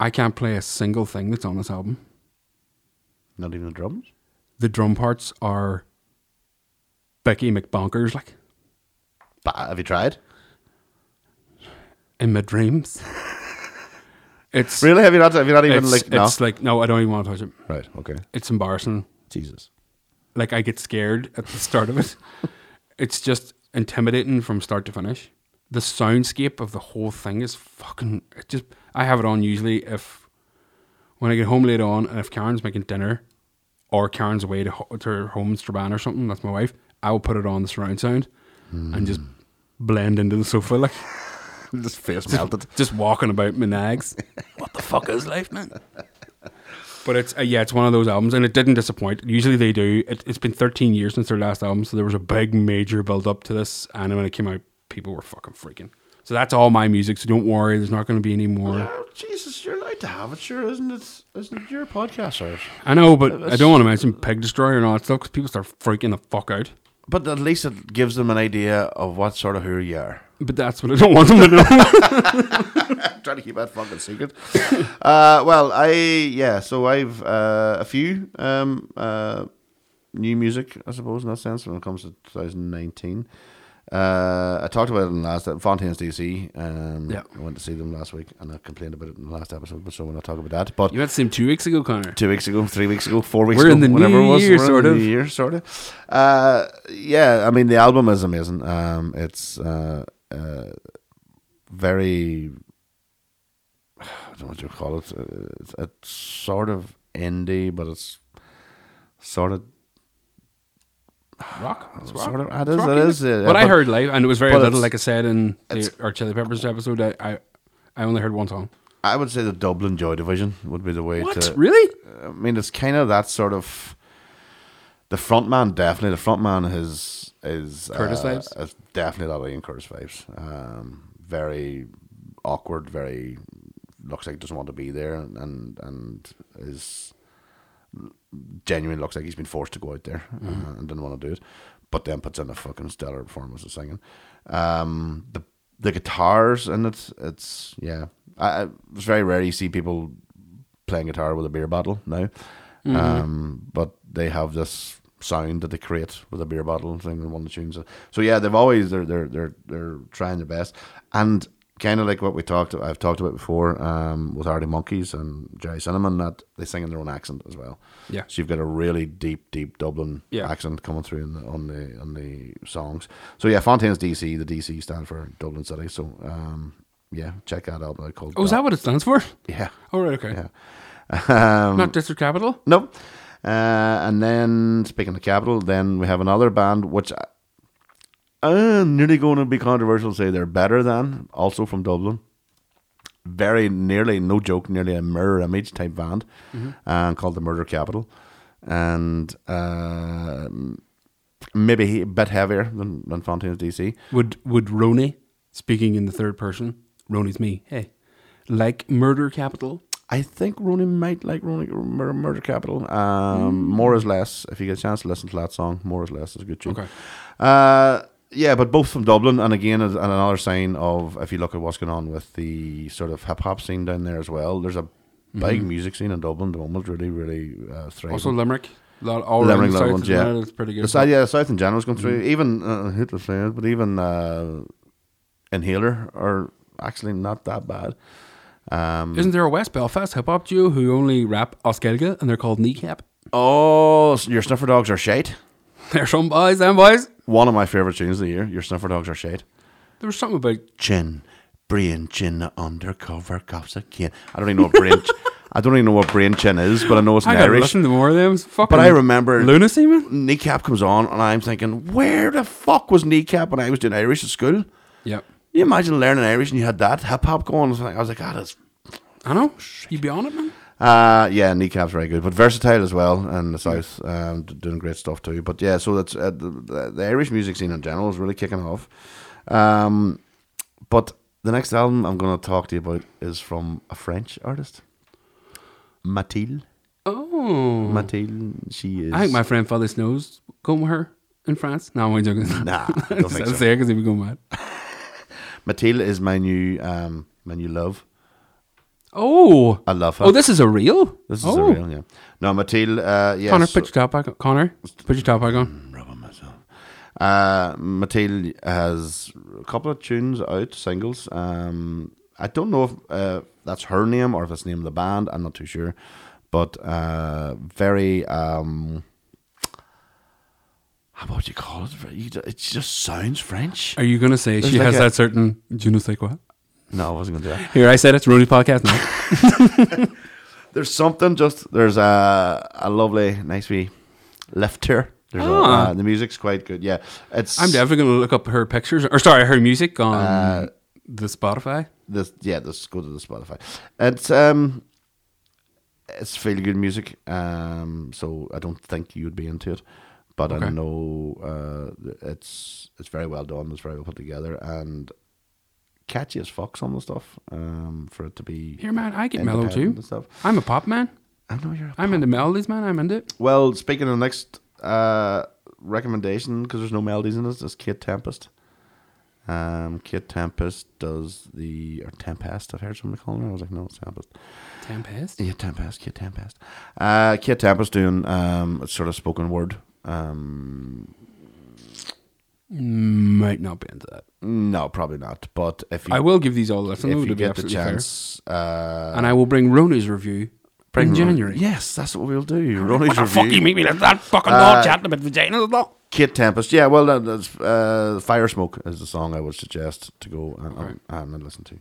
Speaker 7: I can't play a single thing that's on this album.
Speaker 6: Not even the drums.
Speaker 7: The drum parts are Becky McBonkers like
Speaker 6: But have you tried?
Speaker 7: in my dreams. it's
Speaker 6: Really? Have you not? Have you not even
Speaker 7: it's,
Speaker 6: like? No.
Speaker 7: it's like no, I don't even want to touch it.
Speaker 6: right. Okay.
Speaker 7: It's embarrassing.
Speaker 6: Jesus.
Speaker 7: like I get scared at the start of it. It's just intimidating from start to finish. The soundscape of the whole thing is fucking. It just I have it on usually if when I get home later on, and if Karen's making dinner or Karen's away to, ho- to her home in Strabane or something, that's my wife. I will put it on the surround sound
Speaker 6: Hmm.
Speaker 7: and just blend into the sofa like
Speaker 6: Just face melted.
Speaker 7: just walking about my nags. what the fuck is life, man? But it's uh, yeah, it's one of those albums, and it didn't disappoint. Usually they do. It, it's been 13 years since their last album, so there was a big major build up to this, and when it came out, people were fucking freaking. So that's all my music. So don't worry, there's not going to be any more.
Speaker 6: Oh, Jesus, you're allowed to have it, sure, isn't it? Isn't it your podcast, sir?
Speaker 7: I know, but I don't want to mention Peg Destroyer and all that stuff because people start freaking the fuck out.
Speaker 6: But at least it gives them an idea of what sort of who you are.
Speaker 7: But that's what I don't want them to know.
Speaker 6: trying to keep that fucking secret. uh, well, I yeah, so I've uh, a few um, uh, new music, I suppose, in that sense when it comes to 2019. Uh, I talked about it in the last Fontaine's DC. Um,
Speaker 7: Yeah.
Speaker 6: I went to see them last week, and I complained about it in the last episode. But so when I talk about that, but
Speaker 7: you had to see him two weeks ago, Connor.
Speaker 6: two weeks ago, three weeks ago, four weeks
Speaker 7: We're
Speaker 6: ago,
Speaker 7: in the
Speaker 6: whenever
Speaker 7: new
Speaker 6: it was,
Speaker 7: year,
Speaker 6: we're
Speaker 7: sort
Speaker 6: in the
Speaker 7: of.
Speaker 6: new year, sort of. Uh, yeah, I mean the album is amazing. Um, it's uh, uh, very, I don't know what you call it. Uh, It's, it's sort of indie, but it's sort of
Speaker 7: Rock. It's rock.
Speaker 6: sort of it
Speaker 7: It's
Speaker 6: is
Speaker 7: rock
Speaker 6: it
Speaker 7: music.
Speaker 6: is. Yeah,
Speaker 7: what I
Speaker 6: but-
Speaker 7: heard live, and it was very
Speaker 6: but
Speaker 7: little.
Speaker 6: it's-
Speaker 7: Like I said in the,
Speaker 6: it's-
Speaker 7: our Chili Peppers episode, I, I I only heard one song.
Speaker 6: I would say the Dublin Joy Division would be the way to
Speaker 7: Really?
Speaker 6: I mean, it's kind of that sort of. The front man definitely. The front man is is
Speaker 7: Curtis
Speaker 6: uh,
Speaker 7: vibes?
Speaker 6: Is definitely that way in Curtis vibes. Um, very awkward. Very looks like doesn't want to be there, and and, and is genuinely looks like he's been forced to go out there
Speaker 7: Mm-hmm.
Speaker 6: uh, and didn't want to do it. But then puts in a fucking stellar performance of singing. Um, the the guitars in it, it's yeah. I, I- it's very rare you see people playing guitar with a beer bottle now.
Speaker 7: Mm-hmm.
Speaker 6: Um, but they have this sound that they create with a beer bottle thing and one of the tunes. So yeah, they've always they're they're they're they're trying their best and. Kind of like what we talked, I've talked about before, um, with Hardy Monkeys and Jerry Cinnamon, that they sing in their own accent as well.
Speaker 7: Yeah.
Speaker 6: So you've got a really deep, deep Dublin
Speaker 7: Yeah.
Speaker 6: accent coming through in the, on the on the songs. So yeah, Fontaine's DC. The DC stand for Dublin City. So um, yeah, check that out. They're Called
Speaker 7: Oh, is that what it stands for?
Speaker 6: Yeah.
Speaker 7: All right, okay.
Speaker 6: Yeah. Um,
Speaker 7: Not District Capital.
Speaker 6: No. Uh, and then speaking of capital, then we have another band which I- I'm nearly going to be controversial. to Say they're better than also from Dublin. Very nearly, no joke, nearly a mirror image type band, uh, called the Murder Capital, and uh, maybe he- a bit heavier than than Fontaine's DC.
Speaker 7: Would would Roni, speaking in the third person, Roni's me. Hey, like Murder Capital.
Speaker 6: I think Rooney might like Rooney Murder, Murder Capital.
Speaker 7: Mm.
Speaker 6: Um, More is less. If you get a chance to listen to that song, more is less is a good tune.
Speaker 7: Okay.
Speaker 6: Uh, yeah, but both from Dublin, and again, as- and another sign of if you look at what's going on with the sort of hip hop scene down there as well. There's a big music scene in Dublin. The moment really, really uh, thriving.
Speaker 7: Mm-hmm. Also Limerick. Lot, all around
Speaker 6: Limerick
Speaker 7: the
Speaker 6: Limerick
Speaker 7: south
Speaker 6: ones,
Speaker 7: as
Speaker 6: yeah.
Speaker 7: well, It's pretty good. Mm-hmm.
Speaker 6: The side, yeah, the South in general's going through. Even uh, I hate to say it, but even uh, Inhaler are actually not that bad. Um,
Speaker 7: Isn't there a West Belfast hip hop duo who only rap Oskelga and they're called Kneecap?
Speaker 6: oh, your sniffer dogs are shite.
Speaker 7: They're some boys, them boys.
Speaker 6: one of my favorite tunes of the year. Your sniffer dogs are shade.
Speaker 7: There was something about
Speaker 6: Chin, brain chin, undercover cops again. I don't even know what brain. ch- I don't even know what brain chin is, but I know it's
Speaker 7: I
Speaker 6: an
Speaker 7: gotta
Speaker 6: Irish.
Speaker 7: listen to more of them. It's fucking
Speaker 6: But I remember
Speaker 7: lunacy, man.
Speaker 6: kneecap comes on, and I'm thinking, where the fuck was kneecap when I was doing Irish at school?
Speaker 7: Yep.
Speaker 6: You imagine learning Irish and you had that hip hop going. I was like, ah, that's
Speaker 7: I know. You'd be on it, man.
Speaker 6: Uh, yeah, kneecap's very good, but versatile as well in the south, um, d- doing great stuff too. But yeah, so that's uh, the, the- the Irish music scene in general is really kicking off. Um, but the next album I'm going to talk to you about is from a French artist Mathilde.
Speaker 7: Oh.
Speaker 6: Mm. Mathilde, she is.
Speaker 7: I think my friend Father Snow's going with her in France. No, I'm only joking.
Speaker 6: Nah, I don't think so.
Speaker 7: because he'd be going mad.
Speaker 6: Mathilde is my new um my new love.
Speaker 7: Oh.
Speaker 6: I love her.
Speaker 7: Oh, this is a real?
Speaker 6: This is
Speaker 7: oh.
Speaker 6: a real yeah. No, Mathilde. Uh, yes.
Speaker 7: Connor, put your top back on. Connor, put your top back on.
Speaker 6: rubbing myself. Uh, Mathilde has a couple of tunes out, singles. Um, I don't know if uh, that's her name or if that's the name of the band. I'm not too sure, but uh, very um, how about you call it? You d- It just sounds French.
Speaker 7: Are you going to say
Speaker 6: There's
Speaker 7: she
Speaker 6: like
Speaker 7: has
Speaker 6: a-
Speaker 7: that certain je ne sais quoi?
Speaker 6: No, I wasn't gonna do that.
Speaker 7: Here, I said it's Rudy's podcast now.
Speaker 6: There's something just there's a a lovely, nice wee lift here. There's a,
Speaker 7: Ah.
Speaker 6: uh, the music's quite good. Yeah, it's
Speaker 7: I'm definitely going to look up her pictures, or sorry, her music on
Speaker 6: Uh,
Speaker 7: the Spotify.
Speaker 6: this yeah this go to the spotify it's um it's fairly good music um so i don't think you'd be into it but i
Speaker 7: Okay.
Speaker 6: know uh it's it's very well done it's very well put together and catchy as fuck some of the stuff um for it to be
Speaker 7: Here, man, I get mellow
Speaker 6: independent
Speaker 7: too.
Speaker 6: and stuff
Speaker 7: I'm a pop man.
Speaker 6: i know you're a
Speaker 7: I'm into melodies, man. I'm into it.
Speaker 6: well speaking of the next uh recommendation because there's no melodies in this is kate tempest um, Kate Tempest does the or Tempest. I've heard somebody calling her. I was like, no, it's Tempest.
Speaker 7: Tempest.
Speaker 6: Yeah, Tempest, Kid Tempest. Uh, Kid Tempest doing um, a sort of spoken word. Um,
Speaker 7: Might not be into that.
Speaker 6: no, probably not. But if you,
Speaker 7: I will give these all a listen. though,
Speaker 6: if
Speaker 7: to
Speaker 6: you
Speaker 7: be
Speaker 6: get the
Speaker 7: absolutely fair.
Speaker 6: chance, uh,
Speaker 7: and I will bring Rooney's review in January.
Speaker 6: yes, that's what we'll do. Ronnie's
Speaker 7: Oh, fuck you,
Speaker 6: review.
Speaker 7: make me that fucking dog chatting about vaginas. though.
Speaker 6: Kid Tempest. Yeah, well, that- that's uh, Fire Smoke is the song I would suggest to go uh, and, and, and listen to.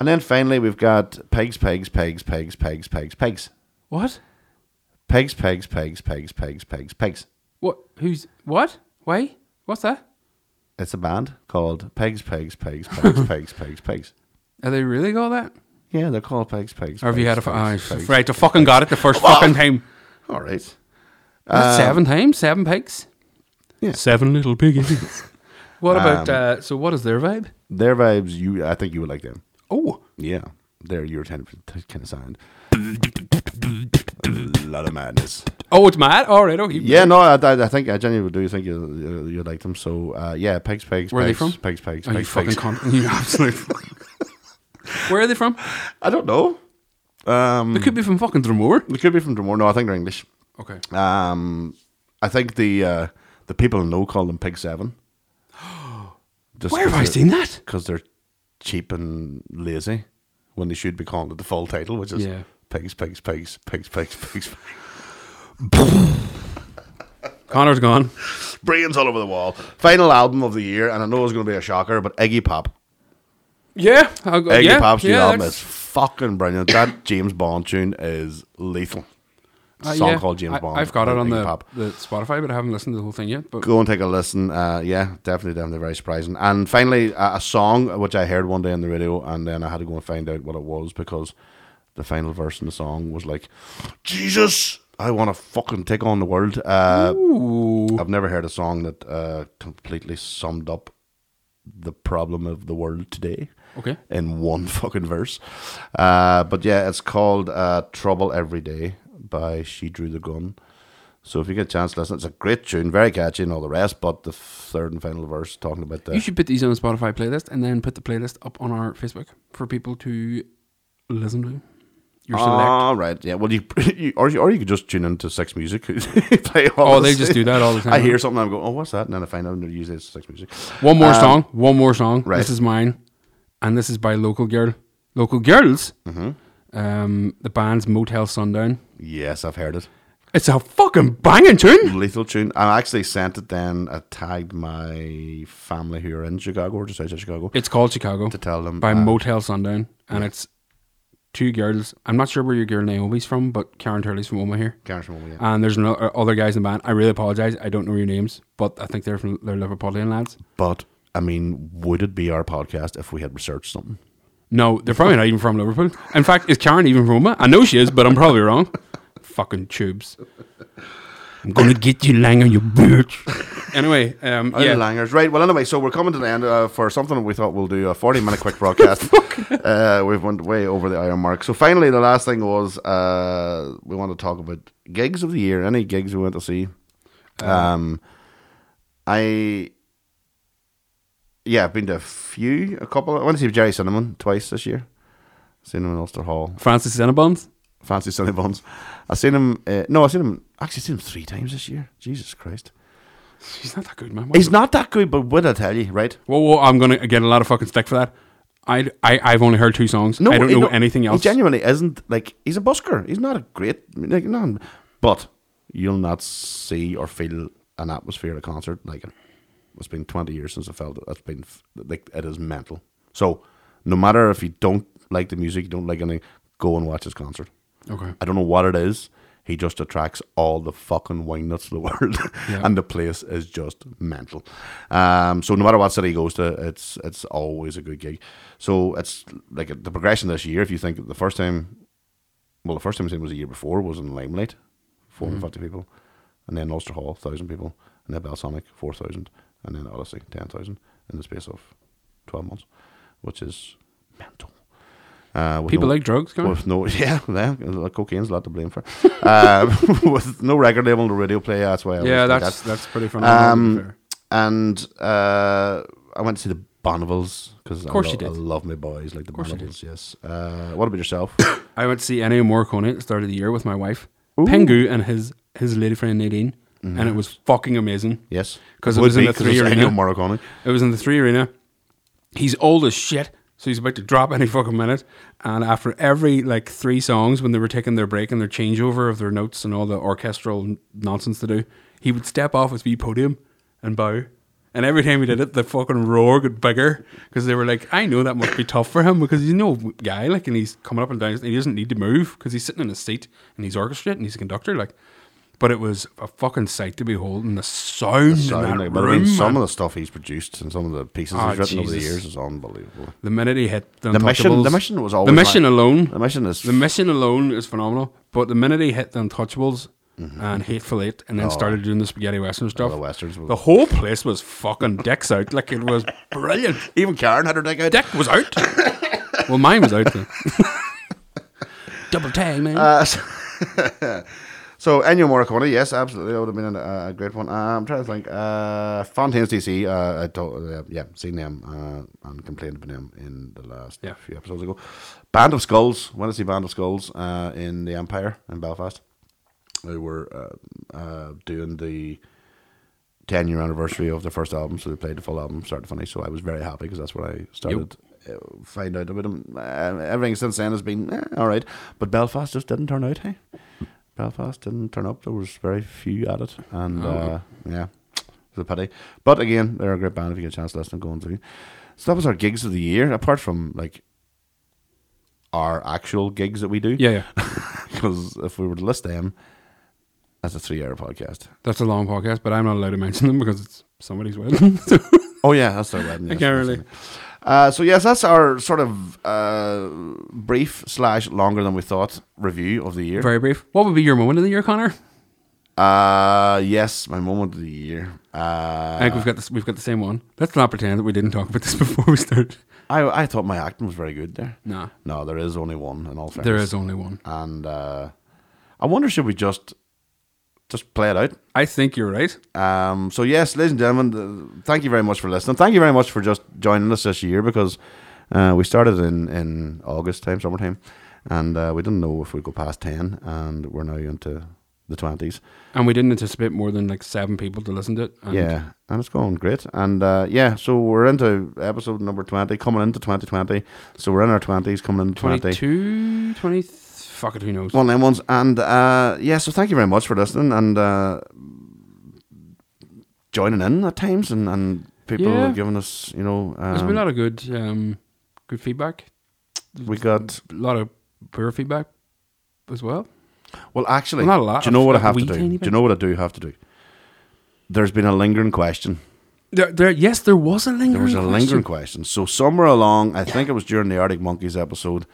Speaker 6: And then finally, we've got Pigs, Pigs, Pigs, Pigs, Pigs, Pigs, Pigs,
Speaker 7: What?
Speaker 6: Pigs, Pigs, Pigs, Pigs, Pigs, Pigs, Pigs.
Speaker 7: What? Who's? What? Why? What's that?
Speaker 6: It's a band called Pigs, Pigs, Pigs, Pigs, Pigs, Pigs, Pigs.
Speaker 7: Are they really got that?
Speaker 6: Yeah, they're called pigs, pigs.
Speaker 7: Or have you
Speaker 6: pigs,
Speaker 7: had a fu-
Speaker 6: pigs,
Speaker 7: oh,
Speaker 6: pigs.
Speaker 7: right? I fucking got it the first fucking time.
Speaker 6: All right.
Speaker 7: That's seven times, seven pigs.
Speaker 6: Yeah.
Speaker 7: Seven little piggies. what about? uh, so, what is their vibe?
Speaker 6: Their vibes, you. I think you would like them.
Speaker 7: Oh,
Speaker 6: Yeah, they're your kind of kind of sound. a lot of madness.
Speaker 7: oh, it's mad. All right, okay.
Speaker 6: Yeah, no, I, I I think I genuinely do think you you like them. So uh, yeah, pigs, pigs.
Speaker 7: Where are they
Speaker 6: pigs,
Speaker 7: from?
Speaker 6: Pigs, pigs,
Speaker 7: Are Oh, you
Speaker 6: pigs,
Speaker 7: fucking
Speaker 6: pigs.
Speaker 7: con- you absolute. Where are they from?
Speaker 6: I don't know. Um,
Speaker 7: They could be from fucking Drumore.
Speaker 6: they could be from Drumore. No, I think they're English.
Speaker 7: Okay.
Speaker 6: Um, I think the uh, the people in know call them Pig Seven. Just
Speaker 7: Where have I
Speaker 6: 'cause they're-
Speaker 7: seen that?
Speaker 6: because they're cheap and lazy when they should be calling it the full title, which is
Speaker 7: Yeah.
Speaker 6: pigs, pigs, pigs, pigs, pigs, pigs,
Speaker 7: Connor's gone.
Speaker 6: brains all over the wall. Final album of the year, and I know it's going to be a shocker, but Iggy Pop,
Speaker 7: Yeah. I'll go,
Speaker 6: Iggy
Speaker 7: yeah,
Speaker 6: Pop's new
Speaker 7: yeah,
Speaker 6: album is
Speaker 7: that's-
Speaker 6: fucking brilliant. That James Bond tune is lethal.
Speaker 7: uh,
Speaker 6: song
Speaker 7: yeah,
Speaker 6: called James
Speaker 7: I-
Speaker 6: Bond.
Speaker 7: I've got it
Speaker 6: by
Speaker 7: on
Speaker 6: Iggy
Speaker 7: the, the Spotify, but I haven't listened to the whole thing yet. But
Speaker 6: go and take a listen. Uh, yeah, definitely, definitely very surprising. And finally, a, a song which I heard one day on the radio, and then I had to go and find out what it was because the final verse in the song was like, "Jesus, I want to fucking take on the world." Uh, I've never heard a song that uh, completely summed up the problem of the world today
Speaker 7: okay.
Speaker 6: in one fucking verse. Uh, but yeah, it's called uh, Trouble Every Day by She Drew the Gun. So if you get a chance to listen, it's a great tune, very catchy and all the rest, but the third and final verse talking about
Speaker 7: You
Speaker 6: the
Speaker 7: should put these on a Spotify playlist and then put the playlist up on our Facebook for people to listen to.
Speaker 6: Uh,
Speaker 7: Your select.
Speaker 6: All Ah, right, yeah. Well, you, you or you, or you could just tune into Sex Music. play all
Speaker 7: Oh, they
Speaker 6: this.
Speaker 7: just do that all the time.
Speaker 6: I hear something, I'm going, oh, what's that? And then I find out, and they're usually it's Sex Music.
Speaker 7: One more
Speaker 6: Um,
Speaker 7: song. One more song.
Speaker 6: right.
Speaker 7: This is mine, and this is by local girl, local girls.
Speaker 6: Mm-hmm.
Speaker 7: Um, the band's Motel Sundown.
Speaker 6: Yes, I've heard it.
Speaker 7: It's a fucking banging tune.
Speaker 6: Lethal tune. I actually sent it. Then I tagged my family who are in Chicago or just outside Chicago.
Speaker 7: It's called Chicago.
Speaker 6: to tell them
Speaker 7: by
Speaker 6: uh,
Speaker 7: Motel Sundown, and it's two girls. I'm not sure where your girl Naomi's from, but Karen Turley's from Oma here.
Speaker 6: Gareth Moore, yeah.
Speaker 7: And there's no, uh, other guys in the band. I really apologize. I don't know your names, but I think they're from they're Liverpudlian lads.
Speaker 6: But I mean, would it be our podcast if we had researched something?
Speaker 7: No, they're probably not even from Liverpool. In fact, is Karen even from Oma? I know she is, but I'm probably wrong. Fucking tubes.
Speaker 4: I'm gonna get you, Langer, you bitch.
Speaker 7: Anyway, um,
Speaker 6: Out
Speaker 7: yeah,
Speaker 6: of Langers. Right. Well, anyway, so we're coming to the end uh, for something we thought we'll do a 40 minute quick broadcast. uh, we've went way over the iron mark. So finally, the last thing was uh, we want to talk about gigs of the year. Any gigs we went to see. Um, I yeah, I've been to a few, a couple. I went to see Jerry Cinnamon twice this year. Seen him in Ulster Hall.
Speaker 7: Francis Cinnabons.
Speaker 6: Fancy Sonny Bonds. I seen him. Uh, no, I seen him. Actually, seen him three times this year. Jesus Christ.
Speaker 7: He's not that good, man.
Speaker 6: He's not that good, but what I tell you, right?
Speaker 7: Whoa, whoa, I'm gonna get a lot of fucking stick for that. I, I, I've only heard two songs. I don't
Speaker 6: he-
Speaker 7: know
Speaker 6: no,
Speaker 7: anything else.
Speaker 6: He genuinely isn't like he's a busker. He's not a great like no, but you'll not see or feel an atmosphere at a concert like it. It's been twenty years since I felt it. It's been f- like it is mental. So no matter if you don't like the music, you don't like anything, go and watch his concert.
Speaker 7: Okay.
Speaker 6: I don't know what it is. He just attracts all the fucking wine nuts of the world,
Speaker 7: Yeah.
Speaker 6: and the place is just mental. Um, so no matter what city he goes to, it's it's always a good gig. So it's like the progression this year. If you think the first time, well, the first time I seen him was the year before was in Limelight, four
Speaker 7: Mm-hmm.
Speaker 6: hundred fifty people, and then Ulster Hall, thousand people, and then Balsamic, four thousand, and then Odyssey, ten thousand in the space of twelve months, which is mental. Uh, with
Speaker 7: People
Speaker 6: no-
Speaker 7: like drugs, kind
Speaker 6: with no, yeah, yeah, like cocaine's a lot to blame for. um, with no record label, no radio play. That's why.
Speaker 7: Yeah,
Speaker 6: I always think
Speaker 7: that's
Speaker 6: that.
Speaker 7: that's pretty phenomenal. to be
Speaker 6: Um,
Speaker 7: fair.
Speaker 6: and uh, I went to see the Bonnevilles because I,
Speaker 7: course
Speaker 6: lo-
Speaker 7: you did.
Speaker 6: I love my boys like the
Speaker 7: course you did.
Speaker 6: Bonnevilles. Yes. Uh, what about yourself?
Speaker 7: I went to see Ennio Morricone at the start of the year with my wife, Pengu, and his his lady friend Nadine, and it was fucking amazing.
Speaker 6: yes,
Speaker 7: 'Cause it
Speaker 6: Would
Speaker 7: was in
Speaker 6: be,
Speaker 7: a
Speaker 6: 'cause it's
Speaker 7: three-year now.
Speaker 6: Ennio Morricone.
Speaker 7: It was in the three arena. He's old as shit, so he's about to drop any fucking minute. And after every like three songs, when they were taking their break and their changeover of their notes and all the orchestral n- nonsense to do, he would step off his wee podium and bow. And every time he did it, the fucking roar got bigger because they were like, "I know that must be tough for him because he's no guy like, and he's coming up and down. And he doesn't need to move because he's sitting in his seat and he's orchestrating. He's a conductor, like." But it was a fucking sight to behold, and the sound,
Speaker 6: So,
Speaker 7: in that
Speaker 6: like, but I
Speaker 7: room,
Speaker 6: mean, some
Speaker 7: man.
Speaker 6: of the stuff he's produced and some of the pieces
Speaker 7: Ah,
Speaker 6: he's written over the
Speaker 7: Jesus.
Speaker 6: years is unbelievable.
Speaker 7: The minute he hit the,
Speaker 6: The mission, the
Speaker 7: Untouchables-
Speaker 6: mission was always
Speaker 7: the mission
Speaker 6: my-
Speaker 7: alone,
Speaker 6: The mission is
Speaker 7: the mission alone is phenomenal. But the minute he hit the Untouchables and Hateful Eight, and then started doing the spaghetti western stuff,
Speaker 6: Mm-hmm. Oh. the westerns was-
Speaker 7: the whole place was fucking dicks out. Like it was brilliant.
Speaker 6: even Karen had her dick out.
Speaker 7: Dick was out. well, mine was out. Then. Double tag, man.
Speaker 6: Uh, So Ennio Morricone, yes, absolutely, that would have been a, a great one. Uh, I'm trying to think. Uh, Fontaine's DC, uh, I told, uh, yeah, seen them uh, and complained about them in the last
Speaker 7: Yeah.
Speaker 6: few episodes ago. Band of Skulls, went to see Band of Skulls uh, in the Empire in Belfast. They were uh, uh, doing the 10 year anniversary of their first album, so they played the full album, start to finish. So I was very happy because that's where I started. uh Find out about them. Uh, everything since then has been eh, all right, but Belfast just didn't turn out. Hey, Belfast didn't turn up. There was very few at it,
Speaker 7: Oh,
Speaker 6: and uh, yeah, it's a pity. But again, they're a great band if you get a chance to listen and go and see. So that was our gigs of the year, apart from like our actual gigs that we do.
Speaker 7: yeah, yeah.
Speaker 6: because if we were to list them, that's a three-hour podcast.
Speaker 7: That's a long podcast, but I'm not allowed to mention them because it's somebody's wedding. So,
Speaker 6: Oh yeah, that's our wedding.
Speaker 7: I
Speaker 6: yes,
Speaker 7: can't
Speaker 6: that's
Speaker 7: really.
Speaker 6: it. Uh, so yes, that's our sort of uh, brief slash longer than we thought review of the year.
Speaker 7: Very brief. What would be your moment of the year, Connor?
Speaker 6: Uh, yes, my moment of the year. Uh,
Speaker 7: I think we've got this. We've got the same one. Let's not pretend that we didn't talk about this before we started.
Speaker 6: I I thought my acting was very good there.
Speaker 7: Nah.
Speaker 6: no, there is only one. In all fairness,
Speaker 7: There is only one.
Speaker 6: and uh, I wonder should we just just play it out.
Speaker 7: I think you're right.
Speaker 6: Um, so yes, ladies and gentlemen, th- thank you very much for listening. Thank you very much for just joining us this year because uh, we started in in August time, summertime, and uh, we didn't know if we'd go past ten, and we're now into the twenties.
Speaker 7: And we didn't anticipate more than like seven people to listen to it. And
Speaker 6: Yeah, and it's going great. And uh, yeah, so we're into episode number twenty, coming into twenty twenty. So we're in our twenties, coming into twenty.
Speaker 7: 22, 20, fuck it, who knows?
Speaker 6: One nine ones, and uh, yeah, so thank you very much for listening and uh, joining in at times, and and people
Speaker 7: Yeah.
Speaker 6: giving us, you know,
Speaker 7: There's been a
Speaker 6: um,
Speaker 7: lot of good, um, good feedback.
Speaker 6: we got
Speaker 7: A lot of poor feedback as well.
Speaker 6: well, actually,
Speaker 7: Well, not a lot,
Speaker 6: Do you know what I
Speaker 7: like
Speaker 6: have to
Speaker 7: wee
Speaker 6: do?
Speaker 7: tiny
Speaker 6: Do
Speaker 7: bit.
Speaker 6: you know what I do have to do? There's been a lingering question.
Speaker 7: There, there, yes, there was a lingering.
Speaker 6: There was a lingering question. So somewhere along, I think it was during the Arctic Monkeys episode,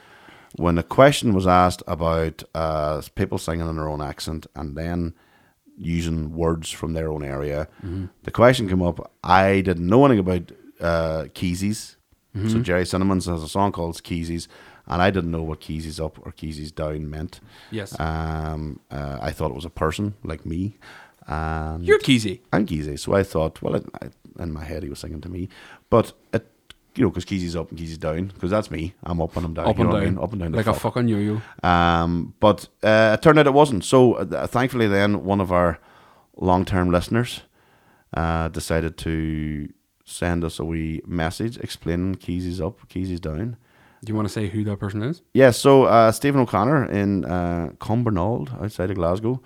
Speaker 6: when a question was asked about uh, people singing in their own accent, and then using words from their own area.
Speaker 7: Mm-hmm.
Speaker 6: The question came up. I didn't know anything about uh, Keezy's.
Speaker 7: Mm-hmm.
Speaker 6: So Jerry Cinnamons has a song called Keezy's, and I didn't know what Keezy's up or Keezy's down meant.
Speaker 7: Yes.
Speaker 6: Um, uh, I thought it was a person like me. And
Speaker 7: You're Keezy.
Speaker 6: and Geezy. So I thought, well, I, I, in my head, he was singing to me, but it, you know, because Geezy's up and Geezy's down, because that's me. I'm up and I'm down.
Speaker 7: Up
Speaker 6: uh, you
Speaker 7: and down.
Speaker 6: know what I mean? up and down, the
Speaker 7: Like a fucking yo yo.
Speaker 6: Um, but uh, it turned out it wasn't. So uh, thankfully, then one of our long-term listeners uh, decided to send us a wee message explaining Keezy's up, Keezy's down.
Speaker 7: Do you want to say who that person is?
Speaker 6: Yeah, so uh, Stephen O'Connor in uh, Cumbernauld, outside of Glasgow.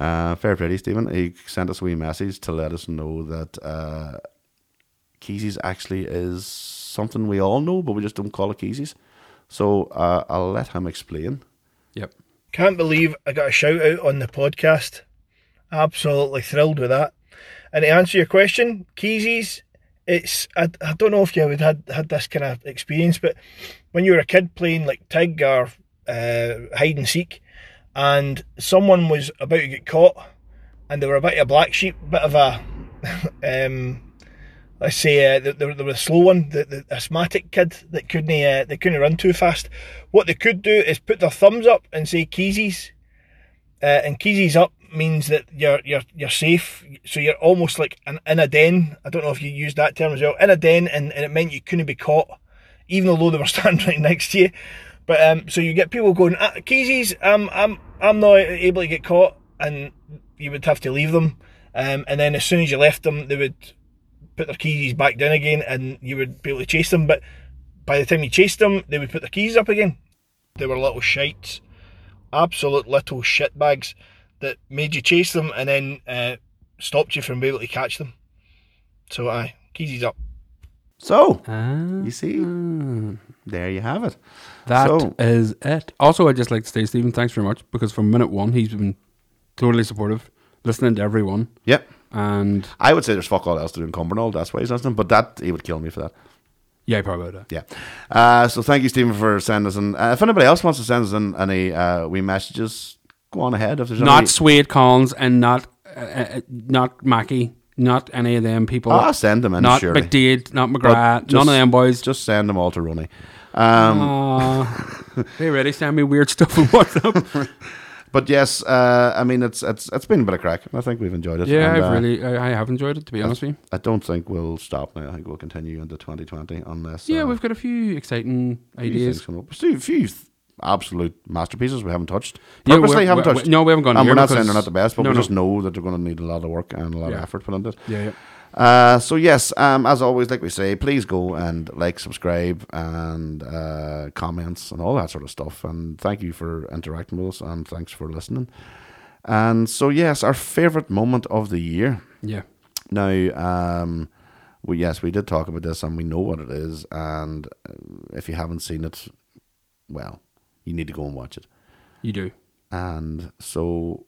Speaker 6: Uh, fair play, to Stephen. He sent us a wee message to let us know that uh, Keezy's actually is something we all know, but we just don't call it Keezy's. So uh, I'll let him explain.
Speaker 7: Yep.
Speaker 8: Can't believe I got a shout out on the podcast. Absolutely thrilled with that. And to answer your question, Keezy's, it's I, I don't know if you would had had this kind of experience, but when you were a kid playing like tag or uh, hide and seek, and someone was about to get caught, and they were a bit of a black sheep, bit of a, um, let's say uh, there, there, there was a slow one, the, the asthmatic kid that couldn't uh, they couldn't run too fast. What they could do is put their thumbs up and say keezies, uh, and keezies up means that you're you're you're safe. So you're almost like an, in a den. I don't know if you used that term as well, in a den, and, and it meant you couldn't be caught, even though they were standing right next to you. But um, so you get people going ah, keezies, um, I'm I'm not able to get caught, and you would have to leave them. Um, and then as soon as you left them, they would put their keys back down again and you would be able to chase them. But by the time you chased them, they would put their keys up again. They were little shites, absolute little shitbags that made you chase them and then uh, stopped you from being able to catch them. So, aye, keys up.
Speaker 6: So
Speaker 7: Ah,
Speaker 6: you see, there you have it.
Speaker 7: that is
Speaker 6: So-
Speaker 7: it. Also, I'd just like to say, Stephen, thanks very much because from minute one, he's been totally supportive, listening to everyone.
Speaker 6: Yep.
Speaker 7: And
Speaker 6: I would say there's fuck all else to do in Cumbernauld. That's why he's listening. But that he would kill me for that.
Speaker 7: yeah, probably about that.
Speaker 6: Yeah. Uh, so thank you, Stephen, for sending us in. Uh, if anybody else wants to send us in any uh, wee messages, go on ahead. If there's
Speaker 7: Not
Speaker 6: any,
Speaker 7: Swade Collins and not uh, uh, not Mackey, not any of them people.
Speaker 6: Ah, send them in,
Speaker 7: Not
Speaker 6: surely.
Speaker 7: McDade, not
Speaker 6: but
Speaker 7: McGrath,
Speaker 6: just-
Speaker 7: none of them boys.
Speaker 6: Just send them all to Ronnie. Um,
Speaker 7: Aw. they already send me weird stuff on WhatsApp.
Speaker 6: But yes, uh, I mean it's it's it's been a bit of crack. I think we've enjoyed it.
Speaker 7: yeah,
Speaker 6: And,
Speaker 7: I've
Speaker 6: uh,
Speaker 7: really, I, I have enjoyed it to be honest with you.
Speaker 6: I don't think we'll stop now. I think we'll continue into 2020 unless
Speaker 7: Yeah,
Speaker 6: uh,
Speaker 7: we've got a few exciting
Speaker 6: a few things
Speaker 7: ideas.
Speaker 6: come up. Still a few th- absolute masterpieces we haven't touched.
Speaker 7: Yeah,
Speaker 6: Purposely
Speaker 7: we're-
Speaker 6: haven't
Speaker 7: we're-
Speaker 6: touched.
Speaker 7: no, we haven't gone
Speaker 6: And
Speaker 7: here
Speaker 6: we're not
Speaker 7: because-
Speaker 6: saying they're not the best, but
Speaker 7: No,
Speaker 6: we
Speaker 7: no.
Speaker 6: just know that they're going to need a lot of work and a lot
Speaker 7: Yeah.
Speaker 6: of effort put into it.
Speaker 7: Yeah, yeah.
Speaker 6: Uh, so yes, um, as always, like we say, please go and like, subscribe, and uh, comments and all that sort of stuff. And thank you for interacting with us, and thanks for listening. And so yes, our favorite moment of the year.
Speaker 7: Yeah.
Speaker 6: Now, um, we yes, we did talk about this, and we know what it is. And uh, if you haven't seen it, well, you need to go and watch it.
Speaker 7: You do.
Speaker 6: And so,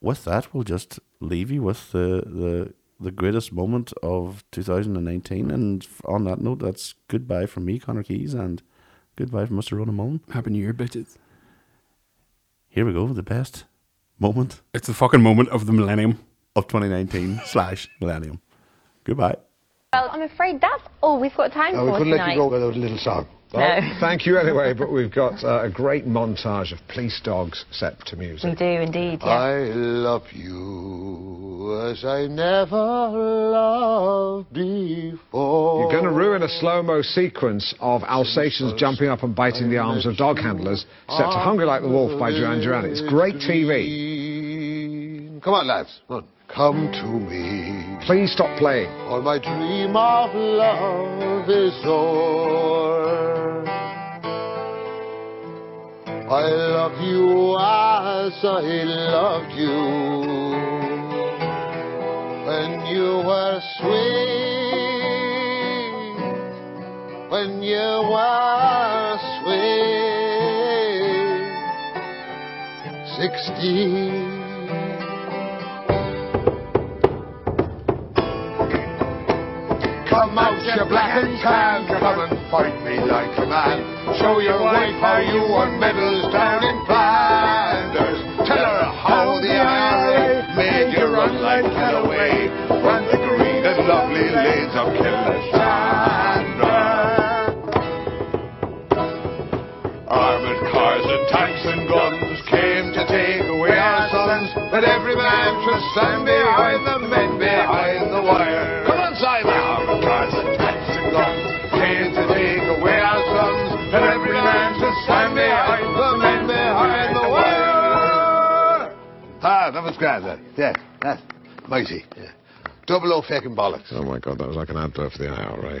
Speaker 6: with that, we'll just leave you with the the, the greatest moment of 2019. And f- on that note, that's goodbye from me, Connor Keys, and goodbye from Mr. Ronan Mullen.
Speaker 7: Happy New Year, bitches.
Speaker 6: Here we go with the best moment
Speaker 7: It's the fucking moment of the millennium.
Speaker 6: of 2019 slash millennium. Goodbye.
Speaker 9: Well, I'm afraid that's all we've got time
Speaker 10: Uh,
Speaker 9: for
Speaker 10: we couldn't
Speaker 9: tonight.
Speaker 10: let you go without a little song.
Speaker 9: No.
Speaker 10: Well, Thank you anyway, but we've got uh, a great montage of police dogs set to music.
Speaker 9: We do indeed. Yeah.
Speaker 10: I love you as I never loved before. You're going to ruin a slow mo sequence of Alsatians jumping up and biting the arms of dog handlers, set to Hungry Like the Wolf by Duran Duran. It's great TV.
Speaker 11: Come on, lads. Come on. Come to me,
Speaker 10: Please stop playing.
Speaker 11: or my dream of love is o'er. I love you as I loved you when you were sweet, when you were sweet, sixteen. Come out, you black and tan. Come and fight me like a man. Show your wife how you won medals down in Flanders. Tell her how the IRA millions of killers. Armored cars and tanks and guns came to take away our sons, but every man should stand behind the men behind the wire. Come on, Simon! Armored cars and tanks and guns came to take away our sons, but every man should stand behind the men behind the wire. Ah, that was grand, that. Yeah, that. Mighty. Yeah. Double O fucking bollocks.
Speaker 10: Oh my god, that was like an advert for the IRA.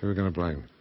Speaker 10: Who are we going to blame?